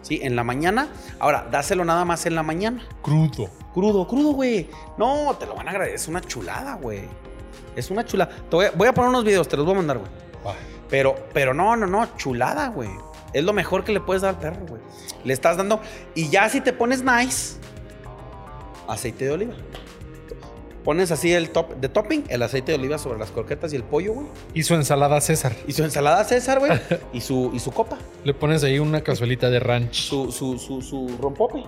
Sí, en la mañana. Ahora, dáselo nada más en la mañana.
Crudo.
Crudo, crudo, güey. No, te lo van a agradecer. Es una chulada, güey. Es una chulada. Te voy, a, voy a poner unos videos, te los voy a mandar, güey.
Va.
Pero, pero no, no, no, chulada, güey. Es lo mejor que le puedes dar al perro, güey. Le estás dando. Y ya si te pones nice, aceite de oliva. Pones así el top de topping, el aceite de oliva sobre las corquetas y el pollo, güey.
Y su ensalada César.
Y su ensalada César, güey. y, su, y su copa.
Le pones ahí una cazuelita de ranch.
Su, su, su, su rompope. <laughs>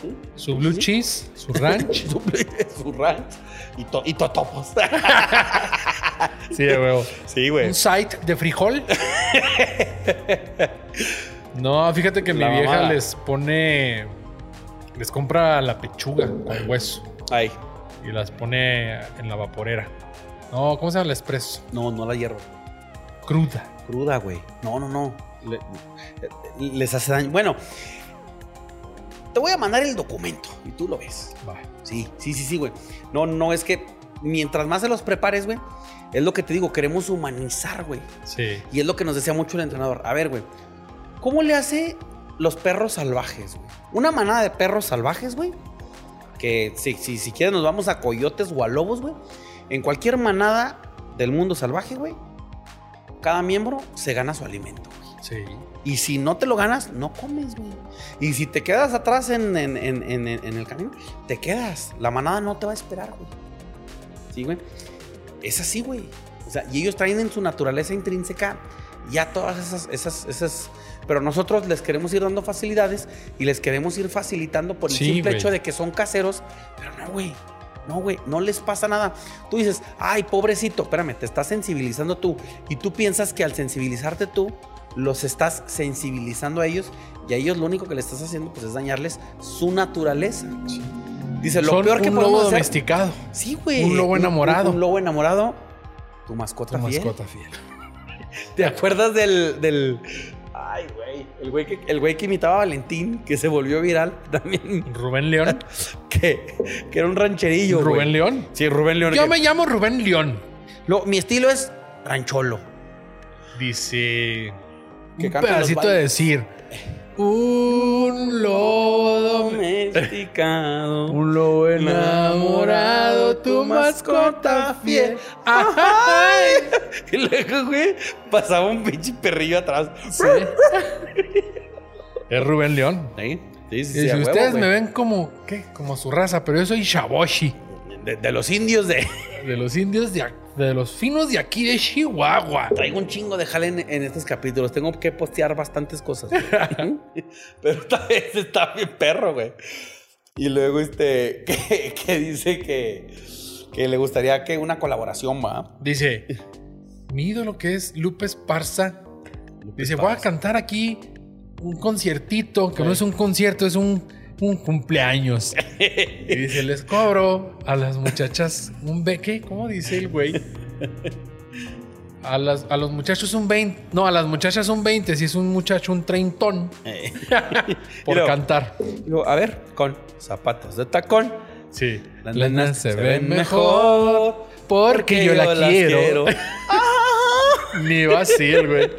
¿sí?
Su blue cheese, su ranch.
Su, su ranch. Y, to- y totopos.
Sí, de huevo.
<laughs> sí, güey.
Un side de
<laughs>
frijol. No, fíjate que
La
mi vieja
mamada.
les pone. Les compra la pechuga con hueso
Ay.
y las pone en la vaporera. No, ¿cómo se llama el expreso?
No, no la hierro.
Cruda.
cruda, güey. No, no, no. Le- le- les hace daño. Bueno, te voy a mandar el documento y tú lo ves.
Va.
Sí, sí, sí, sí, güey. No, no, es que mientras más se los prepares, güey, es lo que te digo, queremos humanizar, güey.
Sí.
Y es lo que nos decía mucho el entrenador. A ver, güey, ¿cómo le hace los perros salvajes, güey? Una manada de perros salvajes, güey. Que si, si, si quieres nos vamos a coyotes o a lobos, güey. En cualquier manada del mundo salvaje, güey, cada miembro se gana su alimento. güey.
Sí.
Y si no te lo ganas, no comes, güey. Y si te quedas atrás en, en- en- en- en el camino, te quedas. La manada no te va a esperar, güey. Sí, güey. Es así, güey. O sea, y ellos traen en su naturaleza intrínseca ya todas esas, esas, esas. Pero nosotros les queremos ir dando facilidades y les queremos ir facilitando por el
Sí,
simple
güey.
hecho de que son caseros. Pero no, güey. No, güey, no les pasa nada. Tú dices, ay, pobrecito, espérame, te estás sensibilizando tú. Y tú piensas que al sensibilizarte tú, los estás sensibilizando a ellos. Y a ellos lo único que le estás haciendo pues, es dañarles su naturaleza. Dice, lo
Son
peor que
un
podemos
lobo
hacer-
domesticado.
Sí, güey.
Un lobo enamorado.
Un, un lobo enamorado. Tu mascota,
Tu
fiel.
mascota fiel.
¿Te acuerdas del. del... Ay, güey. El güey que, el güey que imitaba a Valentín, que se volvió viral <laughs> también.
Rubén
<laughs>
León.
Que, que era un rancherillo.
Rubén
güey.
León.
Sí, Rubén León.
Yo
que-
me llamo Rubén León.
Lo- mi estilo es rancholo.
Dice.
Que
un
cante los
pedacito de
bailes.
decir. Un lodo.
Domesticado.
<laughs> Un lobo enamorado, tu mascota fiel. Ay.
Y luego, güey, pasaba un pinche perrillo atrás.
Sí. <laughs> Es Rubén León.
Sí,
Y
sí, sí. sí, a
si
huevo,
ustedes
güey.
me ven como, ¿qué? Como su raza, pero yo soy Shaboshi,
De, de los indios de. <laughs>
de los indios de, ac- de los finos de aquí de Chihuahua.
Traigo un chingo de jale en, en estos capítulos. Tengo que postear bastantes
<laughs>
cosas. güey. Pero esta vez está bien perro, güey. Y luego este, <laughs> que, que dice que, que le gustaría que una colaboración, va.
Dice, mi ídolo que es Lupe Esparza. Dice, voy a cantar aquí un conciertito, que no es un concierto, es un, un cumpleaños. Y dice, les cobro a las muchachas un ve ¿qué? ¿Cómo dice el güey? A, las, a los muchachos un 20, no, a las muchachas un 20, si es un muchacho un treintón
Eh.
por
Y luego,
cantar.
y luego, a ver, con zapatos de tacón.
Sí.
Las
Las
nenas
nenas se
se
ven
ven
mejor
mejor
porque yo la <laughs>
las
quiero. Ni va así el güey.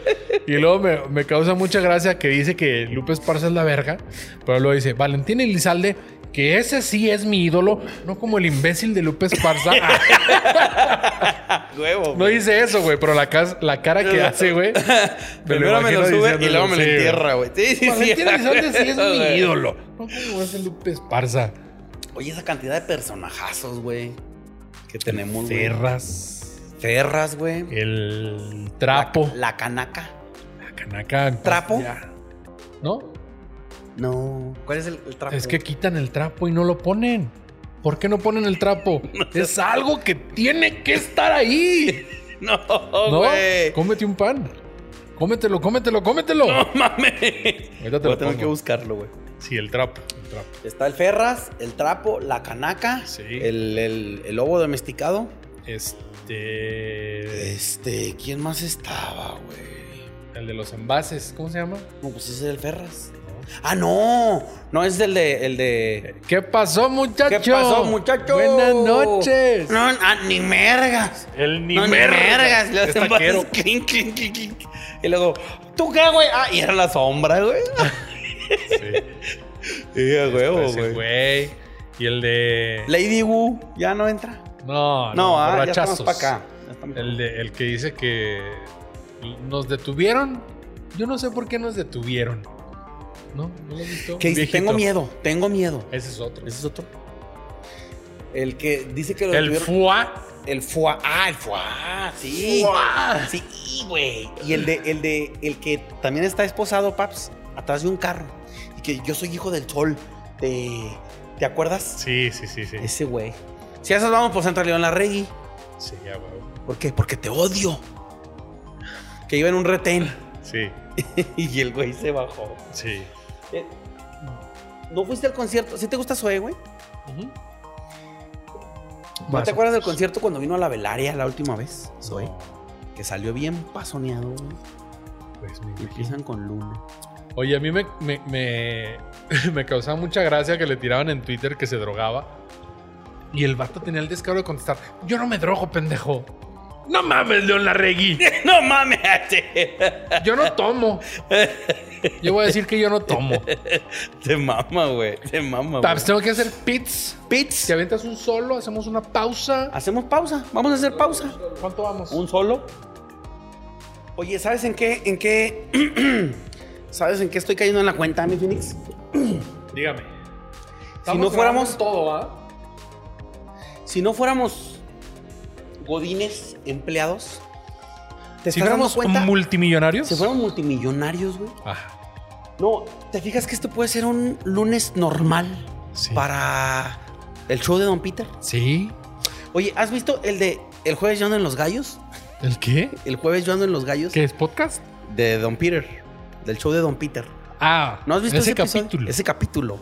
Y luego me, me causa mucha gracia que dice que Lupe Esparza es la verga, pero luego dice Valentín Elizalde, que ese sí es mi ídolo, no como el imbécil de Lupe Esparza. Ah,
Huevo.
no dice eso, güey, pero la, cas- la cara
<laughs>
que hace, güey. me lo
Primero me lo
imagino
sube y
diciéndolo,
luego me lo
sí, güey.
entierra, güey. Sí, sí, sí.
Valentín Elizalde sí
<laughs>
es mi <laughs>
güey.
ídolo, no como ese Lupe Esparza.
Oye, esa cantidad de personajazos, güey. Que tenemos, güey.
Ferras,
Ferras, güey.
el trapo,
La, la canaca.
la canaca.
¿Trapo?
ya. ¿No?
No. ¿Cuál es el, el trapo?
Es que quitan el trapo y no lo ponen. ¿Por qué no ponen el <laughs> trapo? es algo que tiene que estar ahí.
<laughs> No,
¿No?
güey.
Cómete un pan. Cómetelo, cómetelo, cómetelo.
No mames.
Ahorita te
Voy
lo
a tener
pongo.
que buscarlo, güey.
Sí, el trapo. El trapo.
Está el ferras, el trapo, la canaca,
Sí.
el, el- el lobo domesticado.
Este.
Este, ¿quién más estaba, güey?
El de los envases. ¿Cómo se llama?
No, pues ese es el ferras. Ah, no. No, es el de, el de...
¿Qué pasó, muchacho?
¿Qué pasó, muchacho?
Buenas noches.
No, ah, ni mergas.
El
no, ni mergas. Le
Es taquero.
hacen varios clink, clink, clink, clink. Y luego, ¿tú qué, güey? Ah, y era la sombra, güey.
Sí.
Sí, a <laughs> huevo,
Ese
güey.
güey. Y el de.
Lady Wu ya no entra.
No,
No, ah, ya
borrachazos.
estamos para acá. Ya estamos-
El, de- el que dice que nos detuvieron. Yo no sé por qué nos detuvieron. ¿No? ¿No lo has visto?
Que
Un
dice,
viejito.
tengo miedo, tengo miedo.
Ese es otro.
Ese es otro. El que dice que lo
el
detuvieron-
FUA.
El fuá. Ah, el fuá. Sí.
Fuá.
Sí, güey. Y el de, el de, el que también está esposado, paps, atrás de un carro. Y que yo soy hijo del sol. ¿Te, ¿te acuerdas?
Sí, sí, sí, sí.
Ese güey. Si a esas vamos por Centro León la Regui.
Sí, ya, güey.
¿Por qué? Porque te odio. Que iba en un retén. <laughs>
Sí,
y el güey se bajó.
sí.
Eh, ¿No fuiste al concierto? ¿Sí te gusta Zoe, güey? ¿No
Más
te
o
acuerdas del
menos.
concierto cuando vino a la velaria la última vez? Zoe. Que salió bien pasoneado, güey.
Pues, me
Y
imagino.
empiezan con Luna.
Oye, a mí me, me, me, <laughs> me causaba mucha gracia que le tiraban en Twitter que se drogaba. Y el vato tenía el descaro de contestar: Yo no me drogo, pendejo. No mames, León
<laughs>
Larregui.
<laughs> ¡No mames! <laughs>
Yo no tomo. Yo voy a decir que yo no
<laughs>
tomo.
Te mama, güey. Te mama,
Tabs, tengo que hacer pits.
Pits. Ah.
Si avientas un solo, hacemos una pausa.
Hacemos pausa. Vamos a hacer pausa.
¿Cuánto vamos?
solo. Oye, ¿sabes en qué? ¿En qué? <clears throat> ¿Sabes en qué estoy cayendo en la cuenta, mi Phoenix?
Dígame.
Si no fuéramos-
grabando todo, ¿ah?
Si no fuéramos godines, empleados, ¿te
Si
estás dando
fuéramos
cuenta?
multimillonarios. Ah,
Si fuéramos multimillonarios, güey.
Ajá.
No, ¿te fijas que esto puede ser un lunes normal
Sí.
para el show de Don Peter?
Sí.
Oye, ¿has visto el de El jueves yo ando en los gallos?
¿El qué?
El jueves yo ando en los gallos.
¿Qué es podcast?
De Don Peter. Del show de Don Peter.
Ah,
¿No has visto
ese,
ese, episodio?
capítulo.
Ese capítulo.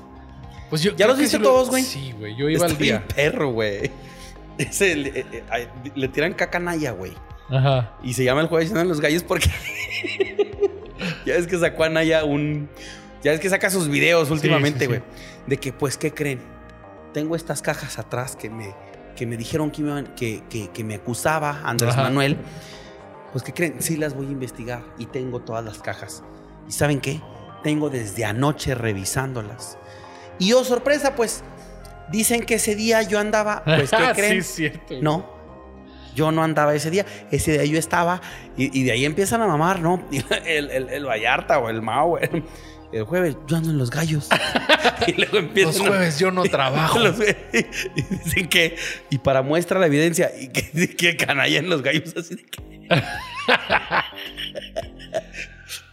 Pues yo
¿Ya
creo
los
que
viste
sí
todos, güey?
Sí, güey. Yo iba
Está
al día.
bien perro, güey. <laughs> Ese, le, eh, eh, ay, le tiran cacanaya, güey.
Ajá.
Y se llama El jueves yo ando en los gallos porque... <laughs> ya ves que sacó a Naya un... Ya ves que saca sus videos últimamente,
sí,
güey.
sí.
De que, pues, ¿qué creen? Tengo estas cajas atrás que me, que me dijeron que, iban- que, que- que me acusaba Andrés
Ajá.
Manuel. Pues, ¿qué creen? Sí las voy a investigar y tengo todas las cajas. ¿Y saben qué? Tengo desde anoche revisándolas. Y oh, sorpresa, pues, dicen que ese día yo andaba, pues, ¿qué
<laughs> Ah, Sí,
creen?
es cierto.
No, yo no andaba ese día. Ese día yo estaba y, y de ahí empiezan a mamar, ¿no? <laughs> Y El, el, el Vallarta o el Mao, el, el jueves yo ando en los gallos. <laughs> y luego empiezan
Los
a-
jueves yo no trabajo.
<laughs> los jue- y dicen que, y para muestra la evidencia, y que, <laughs> que canalla en los gallos así de que. <laughs>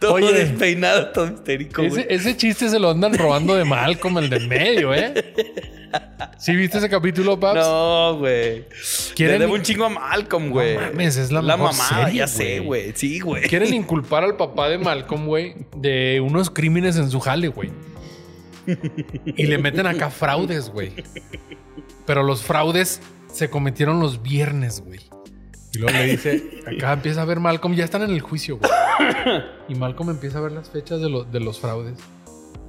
todo
Oye.
despeinado, todo histérico. güey.
Ese, ese chiste se lo andan robando de mal como el del medio,
<laughs>
¿eh? ¿Sí viste ese capítulo, Paps?
No, güey.
¿Quieren-
Le debo un chingo a Malcolm, güey.
mames, es la mejor
mamada,
serie,
ya sé,
güey.
güey. Sí, güey.
Quieren inculpar al papá de Malcolm, güey, de unos crímenes en su jale, güey. Y le meten acá fraudes, güey. Pero los fraudes se cometieron los viernes, güey. Y luego le dice, acá empieza a ver Malcolm, ya están en el juicio, güey. Y Malcolm empieza a ver las fechas de, lo- de los fraudes.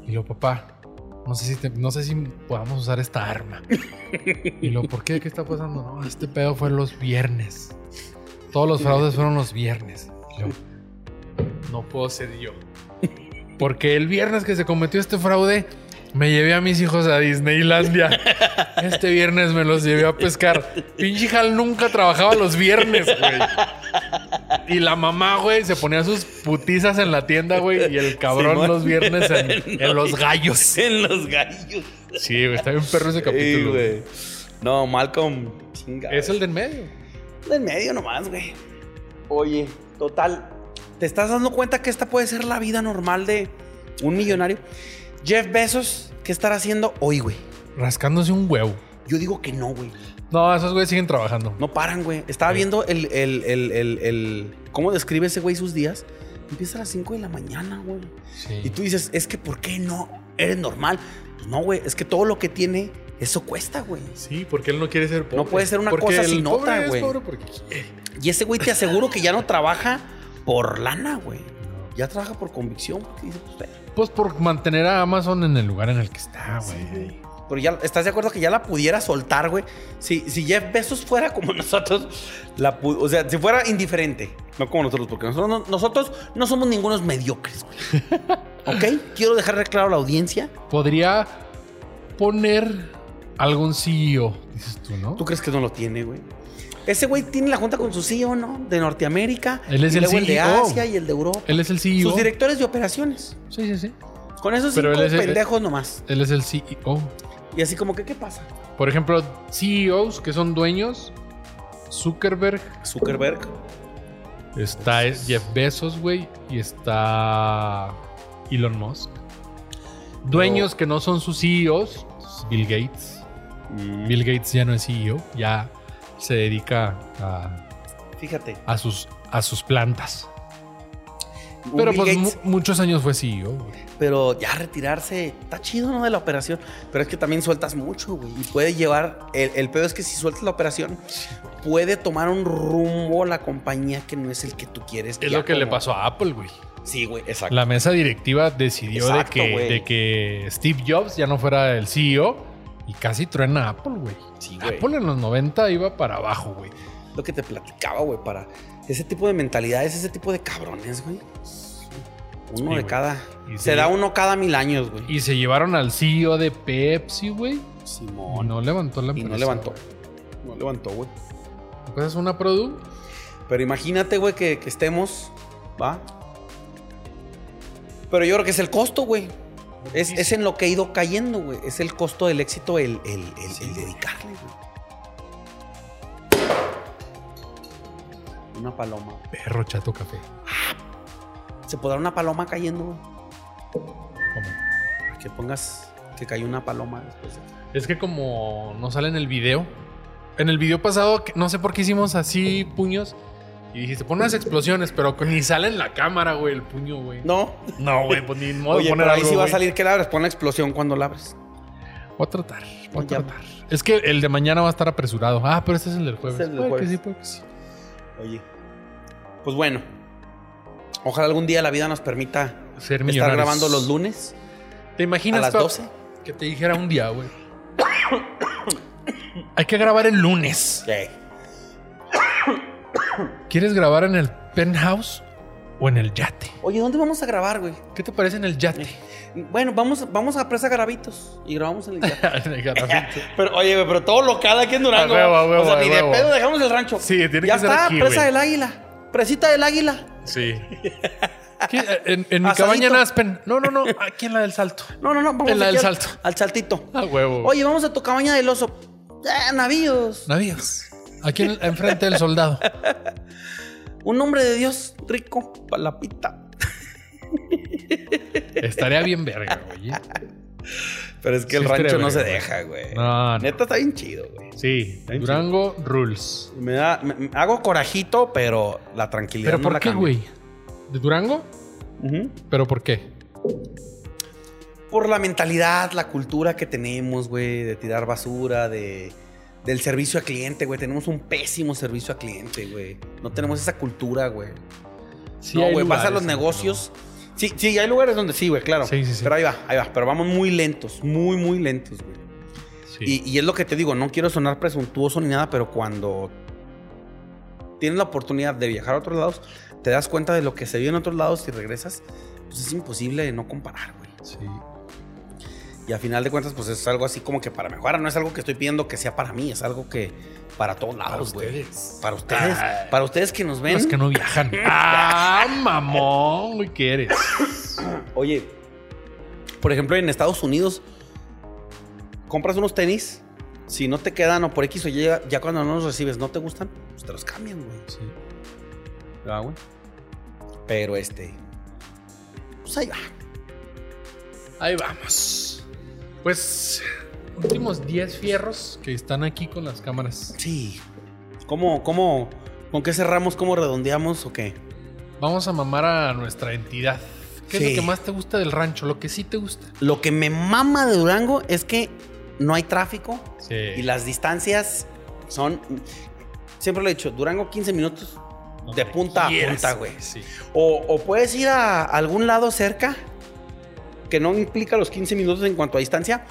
Y lo papá, no sé si te- no sé si podamos usar esta arma. Y lo, ¿por qué? ¿Qué está pasando? No, este pedo fue los viernes. Todos los fraudes fueron los viernes. Y luego, no puedo ser yo. Porque el viernes que se cometió este fraude, me llevé a mis hijos a Disneylandia. Este viernes me los llevé a pescar. Pinche Hal nunca trabajaba los viernes, güey. Y la mamá, güey, se ponía sus putizas en la tienda, güey. Y el cabrón
Simón.
los viernes en, <laughs> en
<laughs>
los gallos.
En los gallos.
Sí, güey, está bien perro ese
Ey,
capítulo.
güey. No, Malcolm. Chinga.
es el del medio.
Del medio nomás, güey. Oye, total. ¿Te estás dando cuenta que esta puede ser la vida normal de un millonario? Jeff Bezos, ¿qué estará haciendo hoy, güey?
Rascándose un huevo.
Yo digo que no, güey.
No, esos güeyes siguen trabajando.
No paran, güey. Estaba viendo el, el, el, el, el- cómo describe ese güey sus días. Empieza a las 5 de la mañana, güey.
Sí.
Y tú dices, es que ¿por qué no? Eres normal. Pues no, güey. Es que todo lo que tiene, eso cuesta, güey.
Sí, porque él no quiere ser pobre.
No puede ser una
Porque
cosa
el
sin
pobre
otra,
es
güey.
pobre porque quiere.
Y ese güey te aseguro que ya no trabaja por lana, güey. Ya trabaja por convicción. porque dice, pues, pero-
Pues por mantener a Amazon en el lugar en el que está,
Sí,
güey.
güey. Pero ya, ¿estás de acuerdo que ya la pudiera soltar, güey? Si, si Jeff Bezos fuera como <laughs> nosotros, la pu- o sea, si fuera indiferente, no como nosotros, porque nosotros no, nosotros no somos ningunos mediocres, güey.
<laughs>
¿Ok? Quiero dejarle claro a la audiencia.
Podría poner algún CEO, dices tú, ¿no?
¿Tú crees que no lo tiene, güey? Ese güey tiene la junta con su CEO, ¿no? De Norteamérica.
Él es
y
el
luego de
CEO.
Asia y el de Europa.
Él es el CEO.
Sus directores de operaciones.
Sí, sí, sí.
Con esos
Pero
cinco
él es el-
pendejos nomás.
Él es el CEO.
Y así como que, ¿qué pasa?
Por ejemplo, CEOs que son dueños. Zuckerberg.
Zuckerberg.
Está Jeff Bezos, güey. Y está Elon Musk. Dueños que no son sus CEOs. Bill Gates. Bill Gates ya no es CEO. Ya se dedica a,
Fíjate.
a sus, a sus plantas.
un
Pero
Bill
pues
Gates-
mu- muchos años fue CEO. güey.
Pero ya retirarse está chido, ¿no? De la operación. Pero es que también sueltas mucho, güey. Y puede llevar. El, el pedo es que si sueltas la operación, puede tomar un rumbo la compañía que no es el que tú quieres.
Es
ya
lo que le
como-
pasó a Apple, güey.
Sí, güey, exacto.
La mesa directiva decidió
Exacto,
de, que,
güey.
de que Steve Jobs ya no fuera el CEO y casi truena a Apple, güey.
Sí, güey.
Apple en los 90 iba para abajo, güey.
Lo que te platicaba, güey, para ese tipo de mentalidades, ese tipo de cabrones, güey. Uno de
güey.
cada.
Y
Se
sí.
da uno cada mil años, güey.
Y se llevaron al CEO de Pepsi, güey.
Simón.
No levantó la
y
empresa.
Oh, no levantó. No levantó, güey.
Pues es una produ.
Pero imagínate, güey, que, que estemos, ¿va? Pero yo creo que es el costo, güey. Es, es en lo que he ido cayendo, güey. Es el costo del éxito, el, el, el- el dedicarle, güey. Una paloma.
Perro chato café.
¿Se podrá una paloma cayendo, güey?
Como-
Que pongas que cayó una paloma después. de-
Es que como no sale en el video. En el video pasado, que- no sé por qué hicimos así puños. Y dijiste, pon unas explosiones, pero ni sale en la cámara, güey, el puño, güey.
No.
No, güey, pues ni modo de
Oye,
poner
pero ahí
algo,
sí va a
güey.
salir que la abres. Pon la explosión cuando la abres.
Voy a tratar, voy a
Ya.
tratar. Es que el de mañana va a estar apresurado. Ah, pero este es el del jueves.
Es el del
Puede
jueves.
que sí, puede que sí.
Oye. Pues bueno. Ojalá algún día la vida nos permita
Ser
estar
millonarios.
grabando los lunes
¿Te
a
imaginas
las
Pau,
12.
que te dijera un día, güey? Hay que grabar el lunes. ¿Quieres grabar en el penthouse o en el yate?
Oye, ¿dónde vamos a grabar, güey?
¿Qué te parece en el yate?
Bueno, vamos, vamos a Presa Garabitos y grabamos <laughs> en el yate.
En el garrafín.
<laughs> pero, oye, güey, pero todo lo cada quien Durango.
A huevo, a
güey.
huevo,
o sea,
a
ni
huevo.
de pedo dejamos el rancho.
Sí, tiene
ya
que ser
está,
aquí,
Presa
güey.
del Águila. Presita del Águila. <laughs>
sí. ¿Qué? En, en mi
Asadito.
cabaña en Aspen. No, no, no. Aquí en la del salto.
No, no, no. Vamos
En la
aquí
del
al-
Salto.
Al saltito.
Ah, huevo.
Oye, vamos a tu cabaña del oso. Ah, navíos.
Navíos. Aquí en- enfrente del soldado.
Un hombre de Dios rico, palapita.
Estaría bien verga, güey. ¿eh?
Pero es que
Sí,
el
estaría
rancho no
verga,
se
güey.
deja, güey.
No, no.
Neta está bien chido, güey.
Sí,
bien
Durango Rules.
Me da, me- me- hago corajito, pero la tranquilidad
¿Pero
no
por
la
qué,
cambio.
güey? ¿De Durango?
Ujú.
¿Pero por qué?
Por la mentalidad, la cultura que tenemos, güey, de tirar basura, de, del servicio a cliente, güey. Tenemos un pésimo servicio a cliente, güey. No tenemos esa cultura, güey.
Sí,
no,
hay
güey, vas a
lugares
los
en que
negocios. Sí, sí, hay lugares donde sí, güey, claro.
Sí, sí, sí.
Pero ahí va, ahí va. Pero vamos muy lentos, muy, muy lentos, güey.
no. Sí.
Y, y es lo que te digo, no quiero sonar presuntuoso ni nada, pero cuando tienes la oportunidad de viajar a otros lados, te das cuenta de lo que se vio en otros lados y regresas, pues es imposible no comparar, güey.
Sí.
Y a final de cuentas, pues es algo así como que para mejorar, no es algo que estoy pidiendo que sea para mí, es algo que para todos lados, Ah, güey. Para ustedes,
Ah.
para ustedes que nos ven.
Los que no
<laughs>
viajan. ¡Ah, mamón! Güey, ¿qué eres?
Oye, por ejemplo, en Estados Unidos, compras unos tenis, si no te quedan o por X o Y, ya cuando no los recibes, no te gustan, pues te los cambian, güey.
Sí. Ah,
Pero este. Pues ahí va.
Ahí vamos. Pues, últimos 10 fierros que están aquí con las cámaras.
Sí. ¿Cómo, cómo, con qué cerramos, cómo redondeamos o qué?
Vamos a mamar a nuestra entidad. ¿Qué es
Sí.
lo que más te gusta del rancho? Lo que sí te gusta.
Lo que me mama de Durango es que no hay tráfico
Sí.
y las distancias son. Siempre lo he dicho, Durango 15 minutos de punta a punta, güey.
Sí.
O, o puedes ir a algún lado cerca, que no implica los 15 minutos en cuanto a distancia,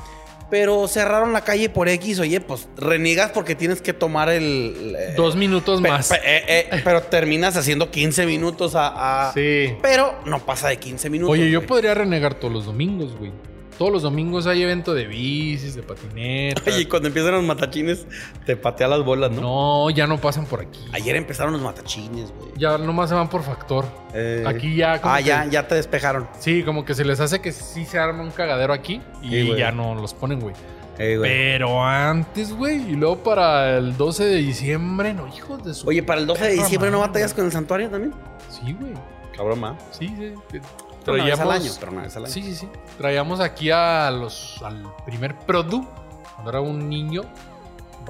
pero cerraron la calle por X, oye, pues reniegas porque tienes que tomar el... eh,
Dos minutos
pe-
más.
pe- eh, eh, pero terminas haciendo 15 minutos a... a-
sí.
Pero no pasa de 15 ah, minutos.
Oye, yo
güey.
podría renegar todos los domingos, güey. Todos los domingos hay evento de bicis, de patinetas.
Oye, cuando empiezan los matachines, te patea las bolas, ¿no?
no, ya no pasan por aquí.
Ayer empezaron los matachines, güey.
Ya nomás se van por factor.
Eh,
Aquí ya. como
Ah,
que-
ya, ya te despejaron.
Sí, como que se les hace que sí se arma un cagadero aquí y
Sí, güey.
ya no los ponen, güey.
Eh, güey.
Pero antes, güey, y luego para el 12 de diciembre, no, hijos de su.
Oye, para el 12 de
perra
diciembre no
madre,
batallas con el santuario también.
güey. Sí, güey.
Cabrón, ma.
Sí, sí.
Una vez
Traíamos.
al año, pero una vez al año.
Sí, sí, sí. Traíamos aquí a los, al primer Produ, cuando era un niño,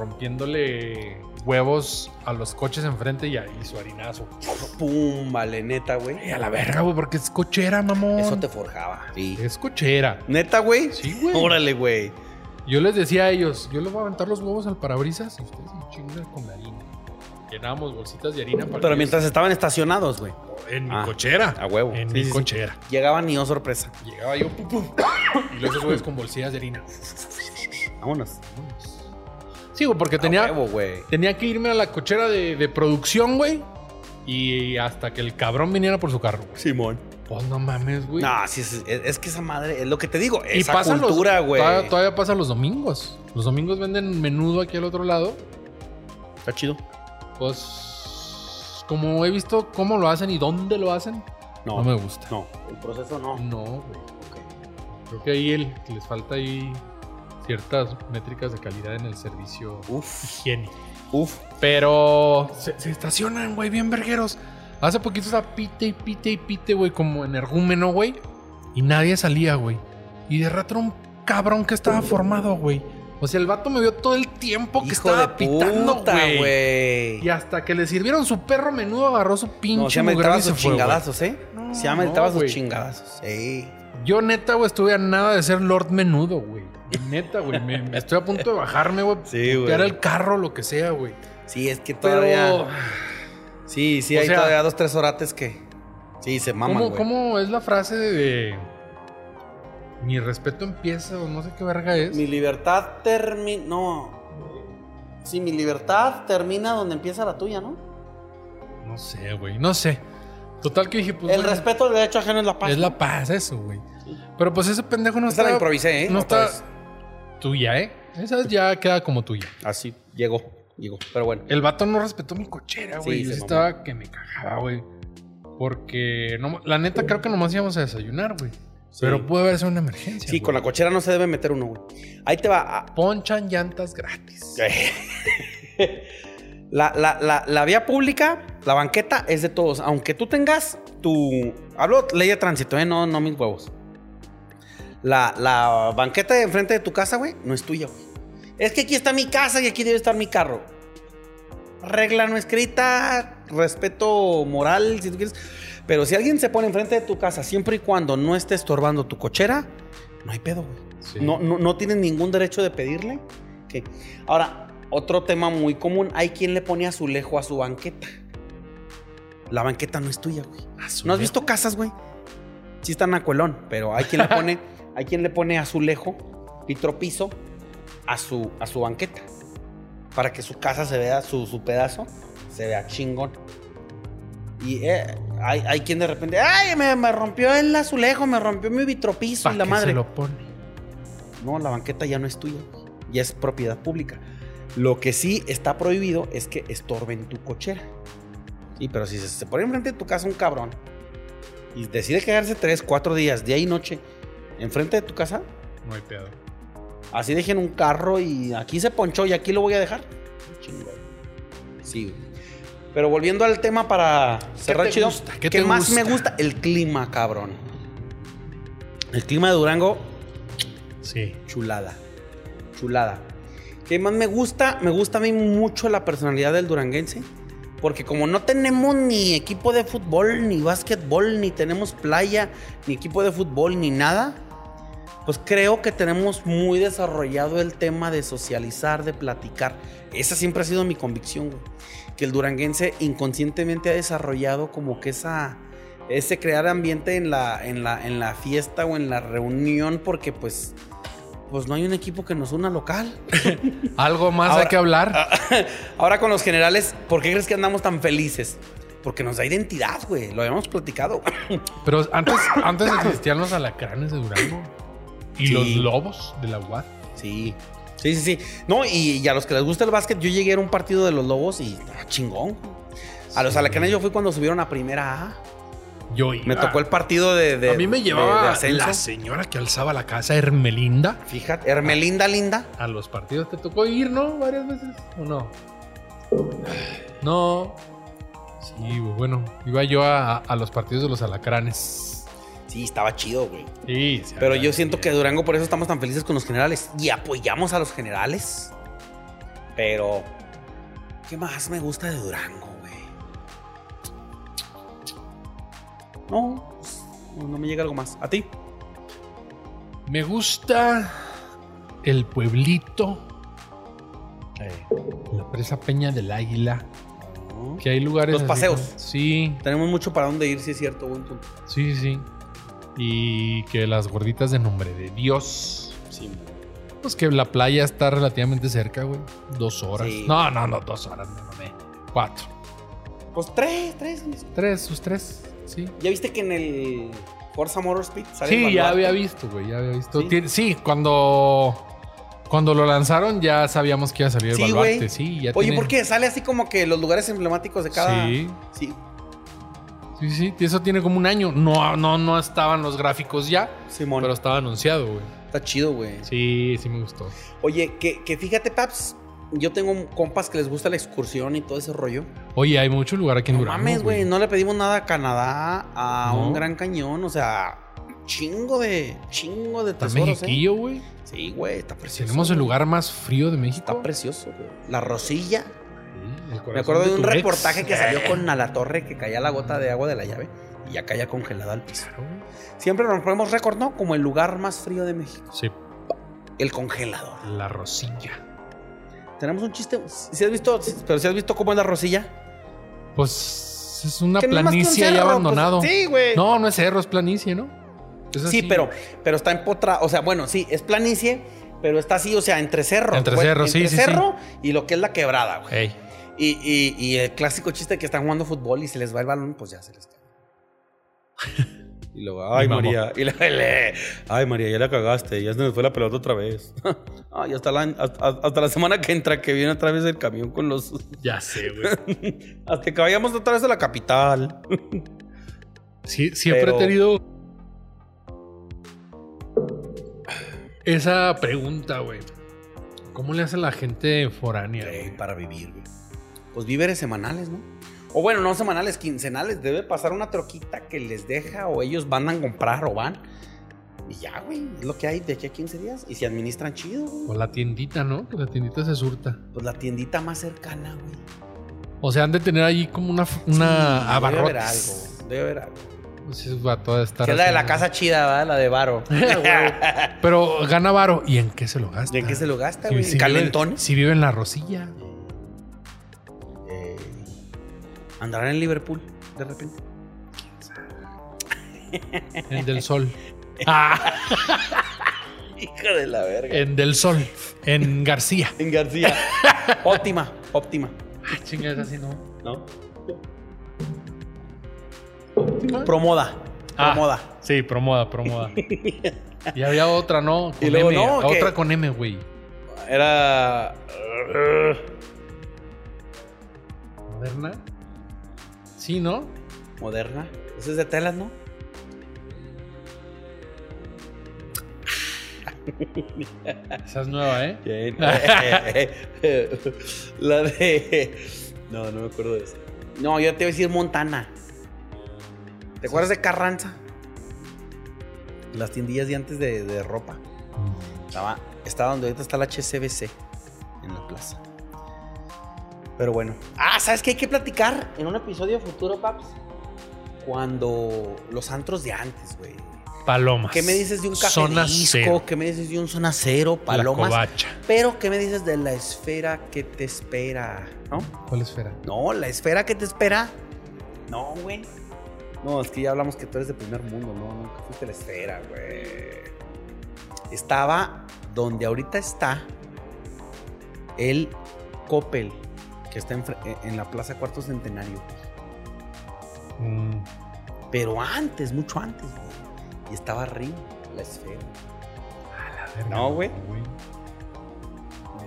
rompiéndole huevos a los coches enfrente y ahí su harinazo.
Pum, vale, neta, güey.
Ay, a la verga, güey, porque es cochera, mamón.
Eso te forjaba. Sí.
Es cochera.
Neta, güey.
Sí, güey.
Órale, güey.
Yo les decía a ellos, yo les voy a aventar los huevos al parabrisas y ustedes se chingan con la harina. Llenábamos bolsitas de harina para
Pero
que-
mientras estaban estacionados, güey.
En mi
Ah,
cochera.
a huevo.
En
Sí,
mi
sí, sí.
cochera.
Llegaban y oh sorpresa.
Llegaba yo, pum, pum, y luego esos güeyes con bolsitas de harina.
Vámonos.
Sí, güey, porque
A
tenía,
Ah, huevo, güey.
Tenía que irme a la cochera de, de producción, güey. Y hasta que el cabrón viniera por su carro. güey.
Simón.
Pues no mames, güey.
No, sí, es, es- es que esa madre, es lo que te digo.
y
Esa
pasa los-
cultura, güey.
Todavía, todavía pasa los domingos. Los domingos venden menudo aquí al otro lado.
Está chido.
Pues como he visto cómo lo hacen y dónde lo hacen, no,
No,
me
no,
gusta.
El proceso no.
No, güey. Creo que ahí el, que les falta ahí ciertas métricas de calidad en el servicio
Uf,
higiénico.
uf.
Pero se, se estacionan, güey, bien vergueros. Hace poquito estaba pite y pite y pite, güey, como energúmeno, güey. Y nadie salía, güey. Y de rato era un cabrón que estaba formado, güey. O sea, el vato me vio todo el tiempo que
Hijo
estaba
de
pitando,
puta,
güey.
güey.
Y hasta que le sirvieron su perro menudo, agarró su pinche
No, se me
mugrero
meditaba
y se
sus
fue, güey.
chingadazos, ¿eh?
No,
Se llama meditaba
no,
sus
güey.
chingadazos. Sí.
Yo, neta, güey, estuve a nada de ser Lord Menudo, güey. Neta, güey. me- me estoy a punto de bajarme, güey.
Sí, güey.
Era el carro, lo que sea, güey.
Sí, es que todavía.
Pero.
Sí, sí,
O
hay
sea-
todavía dos, tres orates que. Sí, se maman,
¿Cómo,
güey.
cómo es la frase de mi respeto empieza o no sé qué verga es?
Mi libertad termina. No. Sí, mi libertad termina donde empieza la tuya, ¿no?
No sé, güey, no sé. Total que dije, pues
el
bueno,
respeto al derecho ajeno es la paz.
es la paz eso, güey. Pero pues ese pendejo no
Esa la
está
improvisé, ¿eh?
no
Otra
está tuya, ¿eh? Esa ya queda como tuya.
vez. Así, llegó, llegó. Pero bueno.
El vato no respetó mi cochera,
Sí,
güey.
se
Yo
mamó.
estaba que me cagaba, güey. Porque no, la neta creo que nomás íbamos a desayunar, güey. Pero puede haber sido una emergencia.
Sí, con la cochera no se debe meter uno, güey. Ahí te va. ah,
Ponchan llantas gratis.
La, la- la- la vía pública, la banqueta es de todos. Aunque tú tengas tu. Hablo ley de tránsito, ¿eh? no, no mis huevos. La, la banqueta de enfrente de tu casa, güey, no es tuya, güey. Es que aquí está mi casa y aquí debe estar mi carro. Regla no escrita, respeto moral, si tú quieres. Pero si alguien se pone enfrente de tu casa, siempre y cuando no esté estorbando tu cochera, no hay pedo, güey.
Sí.
No, no, no tienen ningún derecho de pedirle. que Ahora, otro tema muy común. Hay quien le pone azulejo a su banqueta. La banqueta no es tuya, güey. ¿No has visto casas, güey? Sí están acuelón, pero hay quien
<laughs>
le pone, hay quien le pone azulejo y tropizo a su, a su banqueta. Para que su casa se vea, su, su pedazo, se vea chingón. Y eh, hay, hay quien de repente, ¡ay! Me, me rompió el azulejo, me rompió mi vitropiso
¿Pa'
y la
qué
madre.
se lo pone?
No, la banqueta ya no es tuya, ya es propiedad pública. Lo que sí está prohibido es que estorben tu cochera. Sí, pero si se, se pone enfrente de tu casa un cabrón y decide quedarse tres, cuatro días, día y noche, enfrente de tu casa,
No hay pedo.
así dejen un carro y aquí se ponchó y aquí lo voy a dejar. Chingón. Sí, güey. Pero volviendo al tema para cerrar
te
chido,
gusta? ¿Qué
¿qué,
te
más
gusta?
me gusta? El clima, cabrón. El clima de Durango,
Sí.
chulada. Chulada. ¿Qué más me gusta? Me gusta a mí mucho la personalidad del duranguense. Porque como no tenemos ni equipo de fútbol, ni básquetbol, ni tenemos playa, ni equipo de fútbol, ni nada, pues creo que tenemos muy desarrollado el tema de socializar, de platicar. Esa siempre ha sido mi convicción, güey. Que el duranguense inconscientemente ha desarrollado como que esa, ese crear ambiente en la, en la, en la fiesta o en la reunión, porque pues, pues no hay un equipo que nos una local.
Algo más
Ahora- ah,
hay que hablar.
Ahora con los generales, ¿por qué crees que andamos tan felices? Porque nos da identidad, güey. Lo habíamos platicado.
Pero antes, antes existían los alacranes de Durango y
Sí.
los lobos de la UAD.
<coughs> Sí. Sí, sí, sí. No, y, y a los que les gusta el básquet, yo llegué a un partido de los Lobos y ah, chingón. A los alacranes yo fui cuando subieron a primera A.
Yo iba.
Me tocó el partido de, de-
A mí me
de-
llevaba
de ascenso.
la señora que alzaba la casa, Hermelinda,
Fíjate, Hermelinda Linda.
a los partidos. ¿Te tocó ir, no? Varias veces. ¿O no? No. Sí, güey, bueno. Iba yo a, a los partidos de los alacranes.
Sí, estaba chido, güey.
Sí, sí,
Pero
acá
yo
sí.
siento que Durango, por eso estamos tan felices con los generales. Y apoyamos a los generales. Pero, ¿qué más me gusta de Durango, güey? No, pues, no me llega algo más. ¿A ti?
Me gusta el pueblito, la presa Peña del Águila.
No.
Que hay lugares.
Los
así
paseos.
como- Sí,
Tenemos mucho para dónde ir, si es cierto, buen punto.
sí, sí. Y que las gorditas de nombre de Dios.
Sí,
Pues que la playa está relativamente cerca, güey. Dos horas.
Sí.
No, no, no, dos horas, no mames. Cuatro.
pues tres, tres.
Tres, sus tres. Sí.
¿Ya viste que en el Forza Motorsport sale
Sí,
el
ya
Vanuatu?
había visto, güey. Ya había visto.
Sí.
Tiene- Sí, cuando. Cuando lo lanzaron ya sabíamos que iba a salir el
Sí,
baluarte.
güey.
Sí, ya
Oye,
tiene-
¿por qué? Sale así como que los lugares emblemáticos de cada...
Sí.
Sí,
Sí, sí, eso tiene como un año. No, no, no estaban los gráficos ya,
Simón.
pero estaba anunciado, güey.
Está chido, güey.
Sí, sí me gustó.
Oye, que, que fíjate, Paps. Yo tengo compas que les gusta la excursión y todo ese rollo.
Oye, hay mucho lugar aquí en
No
Durango.
mames, güey. No le pedimos nada a Canadá, a
No.
un gran cañón. O sea, chingo de. Chingo de
Está
tesoros, ¿eh?
Mexiquillo, güey.
Sí, güey. Está precioso.
Tenemos el
güey.
lugar más frío de México.
Está precioso, güey. La Rosilla.
Sí, el corazón
Me acuerdo de un
tu ex.
reportaje que salió
Eh,
con a la torre que caía la gota de agua de la llave y ya caía congelada al piso.
claro, güey.
Siempre rompemos récord, ¿no? Como el lugar más frío de México.
Sí,
El congelador.
la rosilla.
Tenemos un chiste. Si has visto, si- pero si has visto cómo es la Rosilla.
Pues es una
Que no es más que un
planicie ahí
cerro, pues,
abandonado.
sí, güey.
No, no es cerro, es planicie, ¿no? Es
Sí,
así.
pero, pero está empotrado. O sea, bueno, sí, es planicie, pero está así, o sea, entre cerro.
Entre cerro, sí, sí, Eh. sí.
cerro y lo que es la quebrada, güey.
Ey,
Y, y- y el clásico chiste de que están jugando fútbol y se les va el balón, pues ya se les cae.
<laughs>
Y luego, ay
Mi mamá.
María, y le- le- ay María, ya la cagaste, ya se nos fue la pelota otra vez. <laughs> ay, hasta la, hasta, hasta la semana que entra que viene otra vez el camión con los...
ya sé, güey.
hasta que vayamos otra vez a la capital.
<laughs> Sí, siempre
Pero-
he tenido esa pregunta, güey. ¿Cómo le hace la gente foránea?
Ey,
güey?
para vivir, güey. Pues víveres semanales, ¿no? O bueno, no semanales, quincenales. Debe pasar una troquita que les deja o ellos van a comprar o van. Y ya, güey, es lo que hay de aquí a 15 días. Y se administran chido,
O
güey.
la tiendita, ¿no? Que la tiendita se surta.
Pues la tiendita más cercana, güey.
O sea, han de tener ahí como una, una
Sí, Debe haber algo,
abarrotes.
güey. Debe haber algo.
Pues es vato de estar
Que es la de la
haciendo-
casa chida, ¿verdad? La de Varo.
Ah,
<laughs>
Pero gana varo. ¿Y en qué se lo gasta?
¿De qué se lo gasta,
Si-
güey?
si
¿Calentón?
Vive, si vive en la Rosilla.
Eh, ¿Andarán en Liverpool de <laughs> repente?
En Del
<laughs>
Sol. Ah,
Hija de la verga.
en Del Sol. En García.
En García. <laughs> óptima, óptima.
Ah, chingas, así no.
¿No? Promoda.
Ah,
Promoda.
Sí, promoda, promoda. y había otra, ¿no? Con
Y luego,
M,
no, que-
Otra con M, güey.
Era.
¿Moderna? Sí, ¿no?
Moderna. Ese es de telas, ¿no?
Esa es nueva, ¿eh?
<laughs> La de. No, no me acuerdo de eso. No, yo te voy a decir Montana. ¿Te acuerdas de Carranza? Las tiendillas de antes de, de ropa. Estaba, estaba donde ahorita está la HCBC, en la plaza. Pero bueno. Ah, ¿sabes qué hay que platicar? En un episodio futuro, Paps. Cuando los antros de antes, güey.
Palomas.
¿Qué me dices de un café
Zona
disco?
cero.
¿Qué me dices de un zona cero?
La
Palomas.
covacha.
Pero, ¿qué me dices de la esfera que te espera? ¿No?
¿Cuál esfera?
No, la esfera que te espera. No, güey. No, es que ya hablamos que tú eres de primer mundo, no, nunca fuiste a la esfera, güey. Estaba donde ahorita está el Coppel, que está en, en la Plaza Cuarto Centenario.
Mm,
Pero antes, mucho antes, güey. Y estaba arriba la esfera.
la verga,
No, güey.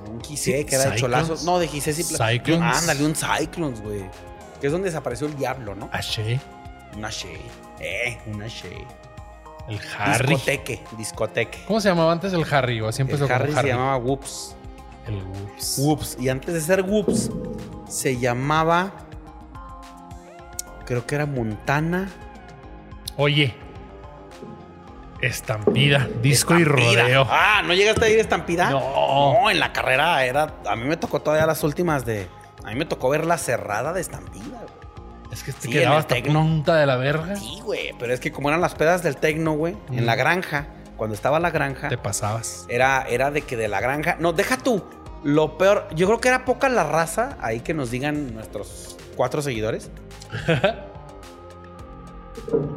Un Gise que era de
Cyclones.
cholazos. No, de Gise sí. pla-
Cyclones.
Ándale, un Cyclones, güey. Que es donde desapareció el diablo, ¿no?
Ashe,
Una Shea. Eh, una Shea.
el Harry.
Discoteque, discoteque.
¿Cómo se llamaba antes el Harry? O así empezó
El
como
Harry se llamaba Whoops.
El Whoops.
Whoops. Y antes de ser Whoops, se llamaba. Creo que era Montana.
Oye. Estampida, disco y
Estampida.
rodeo.
Ah, ¿no llegaste a ir a Estampida?
No.
No, en la carrera era. A mí me tocó todavía las últimas de. A mí me tocó ver la cerrada de Estampida, güey.
Es que te
Sí, en
quedaba
el
hasta
Tecno.
punta de la verga.
Sí, güey. Pero es que como eran las pedas del tecno, güey, en la granja, cuando estaba la granja.
Te pasabas.
Era, era de que de la granja. No, deja tú. Lo peor, yo creo que era poca la raza ahí que nos digan nuestros cuatro seguidores.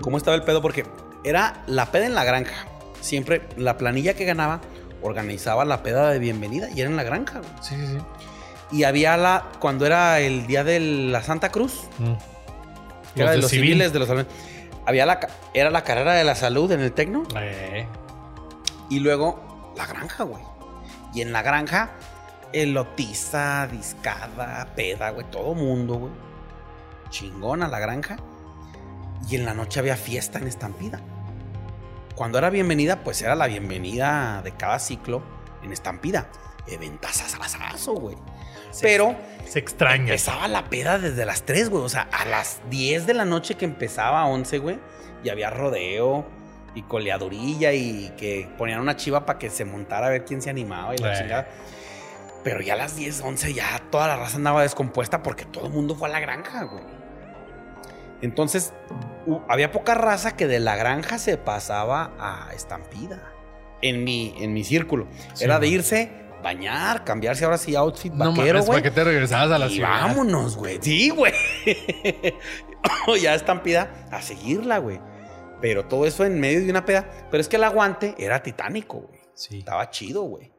¿Cómo estaba el pedo? Porque era la peda en la granja. Siempre la planilla que ganaba organizaba la peda de bienvenida y era en la granja. güey.
Sí, sí, sí.
Y había la, cuando era el día de la Santa Cruz,
Mm.
que era de
de
los
civil.
civiles, de los alumnos, había la, ca- era la carrera de la salud en el Tecno.
Eh,
Y luego la granja, güey. Y en la granja, elotiza, discada, peda, güey. Todo mundo, güey. Chingona la granja. Y en la noche había fiesta en Estampida. Cuando era bienvenida, pues era la bienvenida de cada ciclo en Estampida. Eventazazazazo, güey. Pero
se extraña.
empezaba la peda desde las 3, güey. O sea, a las 10 de la noche que empezaba, a 11, güey. Y había rodeo y coleadurilla y que ponían una chiva para que se montara a ver quién se animaba y la
Eh.
chingada. Pero ya a las 10, 11 ya toda la raza andaba descompuesta porque todo el mundo fue a la granja, güey. Entonces, hu- había poca raza que de la granja se pasaba a estampida. En mi, en mi círculo.
Sí,
Era de
güey.
irse, bañar, cambiarse ahora sí outfit
No
vaquero,
mames, ¿para
güey.
qué te regresabas a la
Y
ciudad?
vámonos, güey. Sí, güey. <laughs> ya estampida a seguirla, güey. Pero todo eso en medio de una peda. Pero es que el aguante era titánico, güey.
Sí.
Estaba chido, güey.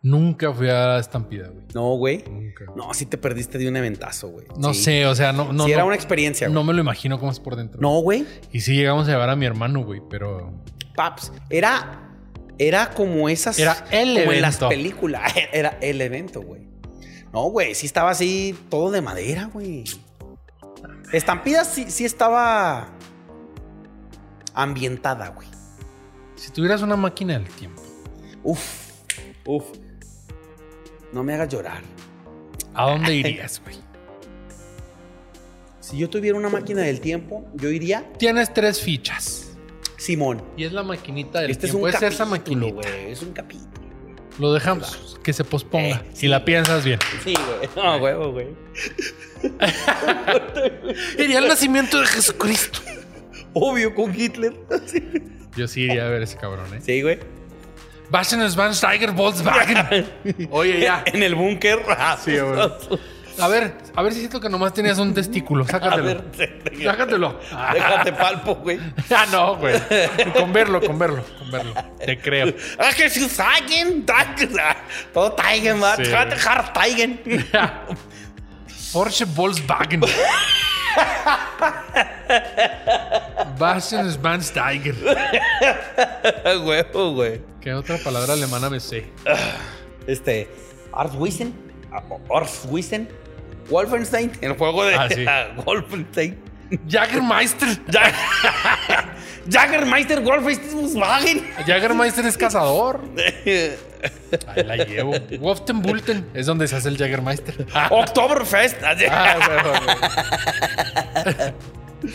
Nunca fui a la estampida, güey.
No, güey.
Nunca.
No, sí te perdiste de un eventazo, güey.
No
Sí.
sé, o sea, no, no,
sí, era
no,
una experiencia,
no
güey.
me lo imagino cómo es por dentro.
No, güey.
Y sí llegamos a llevar a mi hermano, güey, pero
Paps. Era. Era como esas.
Era el
Como en las
evento.
películas. <laughs> Era el evento, güey. No, güey. Sí estaba así todo de madera, güey. Estampida sí, sí estaba. Ambientada, güey.
si tuvieras una máquina del tiempo.
Uf. Uf. No me hagas llorar.
¿A dónde irías, güey?
Si yo tuviera una máquina del tiempo, yo iría
Tienes tres fichas.
Simón.
Y es la maquinita del
Este es un
tiempo.
capítulo,
es esa maquinita.
güey. Es un capítulo. güey.
Lo dejamos que se posponga.
Eh,
si
sí.
la piensas bien.
Sí, güey. <laughs> No, huevo, güey.
Iría al nacimiento de Jesucristo.
Obvio, con Hitler.
Yo sí iría a ver ese cabrón, ¿eh?
Sí, güey.
Basen Tiger Volkswagen.
<laughs>
Oye, ya. Ah,
En el búnker.
<laughs> Sí, güey. A ver, a ver si siento que nomás tenías un testículo.
A
Sácatelo.
ver, te- te-
Sácatelo.
déjate palpo, güey.
<laughs> Ah, no, güey. Con verlo, con verlo, con verlo. Te creo.
Ah, que si Sagen, Tiger, <laughs> ah, todo Tiger, va.
Sí.
Déjate dejar <laughs> Tiger.
<laughs> Porsche Volkswagen. Basen Tiger.
Ah, Huevo, güey.
¿Qué otra palabra alemana me sé?
Este, Arswissen, Arswissen, Wolfenstein, el juego de
Ah, sí.
<laughs> Wolfenstein.
Jagermeister.
Jag- <laughs> Jaggermeister, Wolfenstein,
<laughs>
pues, Volkswagen.
Jagermeister es cazador. Ahí la llevo. Ah, Wolfenbulten es donde se hace el Jagermeister.
<laughs> Oktoberfest. así.
Ah, güey, güey, güey.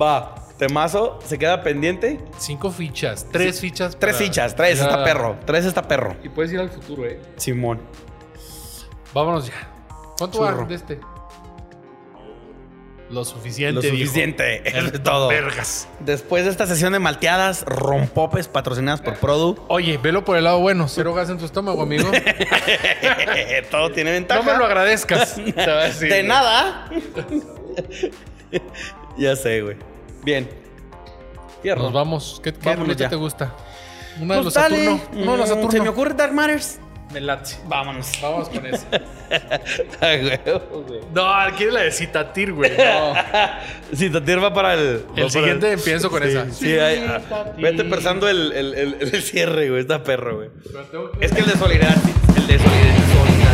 Va. Temazo, se queda pendiente.
Cinco fichas, tres fichas.
Tres
para-
fichas, tres,
Ya.
está perro. Tres está perro.
Y puedes ir al futuro, eh.
Simón.
Vámonos ya. ¿Cuánto
Churro.
va de este? Lo suficiente.
Lo
dijo.
suficiente. <laughs>
El
Es todo.
Vergas.
Después de esta sesión de malteadas, rompopes patrocinadas por Produ.
Oye, velo por el lado bueno. Cero gas en tu estómago, <laughs> amigo.
<laughs> todo tiene ventaja.
No me lo <laughs> agradezcas. Te va a decir.
De nada. <laughs> ya sé, güey. Bien. Fierro.
Nos vamos. ¿Qué, qué
Vámonos
rolita
ya.
te gusta? Una de
Pues
los
dale.
Saturno. Uno de los
Mm,
Saturno.
Se me ocurre Dark Matters.
Me late.
Vámonos. <laughs>
Vamos con eso.
Ah, huevo, güey.
<laughs> No, quiere la de Citatir, güey. No.
Si te va para el. va para
siguiente empiezo con
Sí,
esa.
sí, ahí- ah,
Citatir.
vete pensando el, el- el- el cierre, güey. Está perro, güey.
Pero tengo que-
Es que el de solidaridad. sí, El de solidaridad.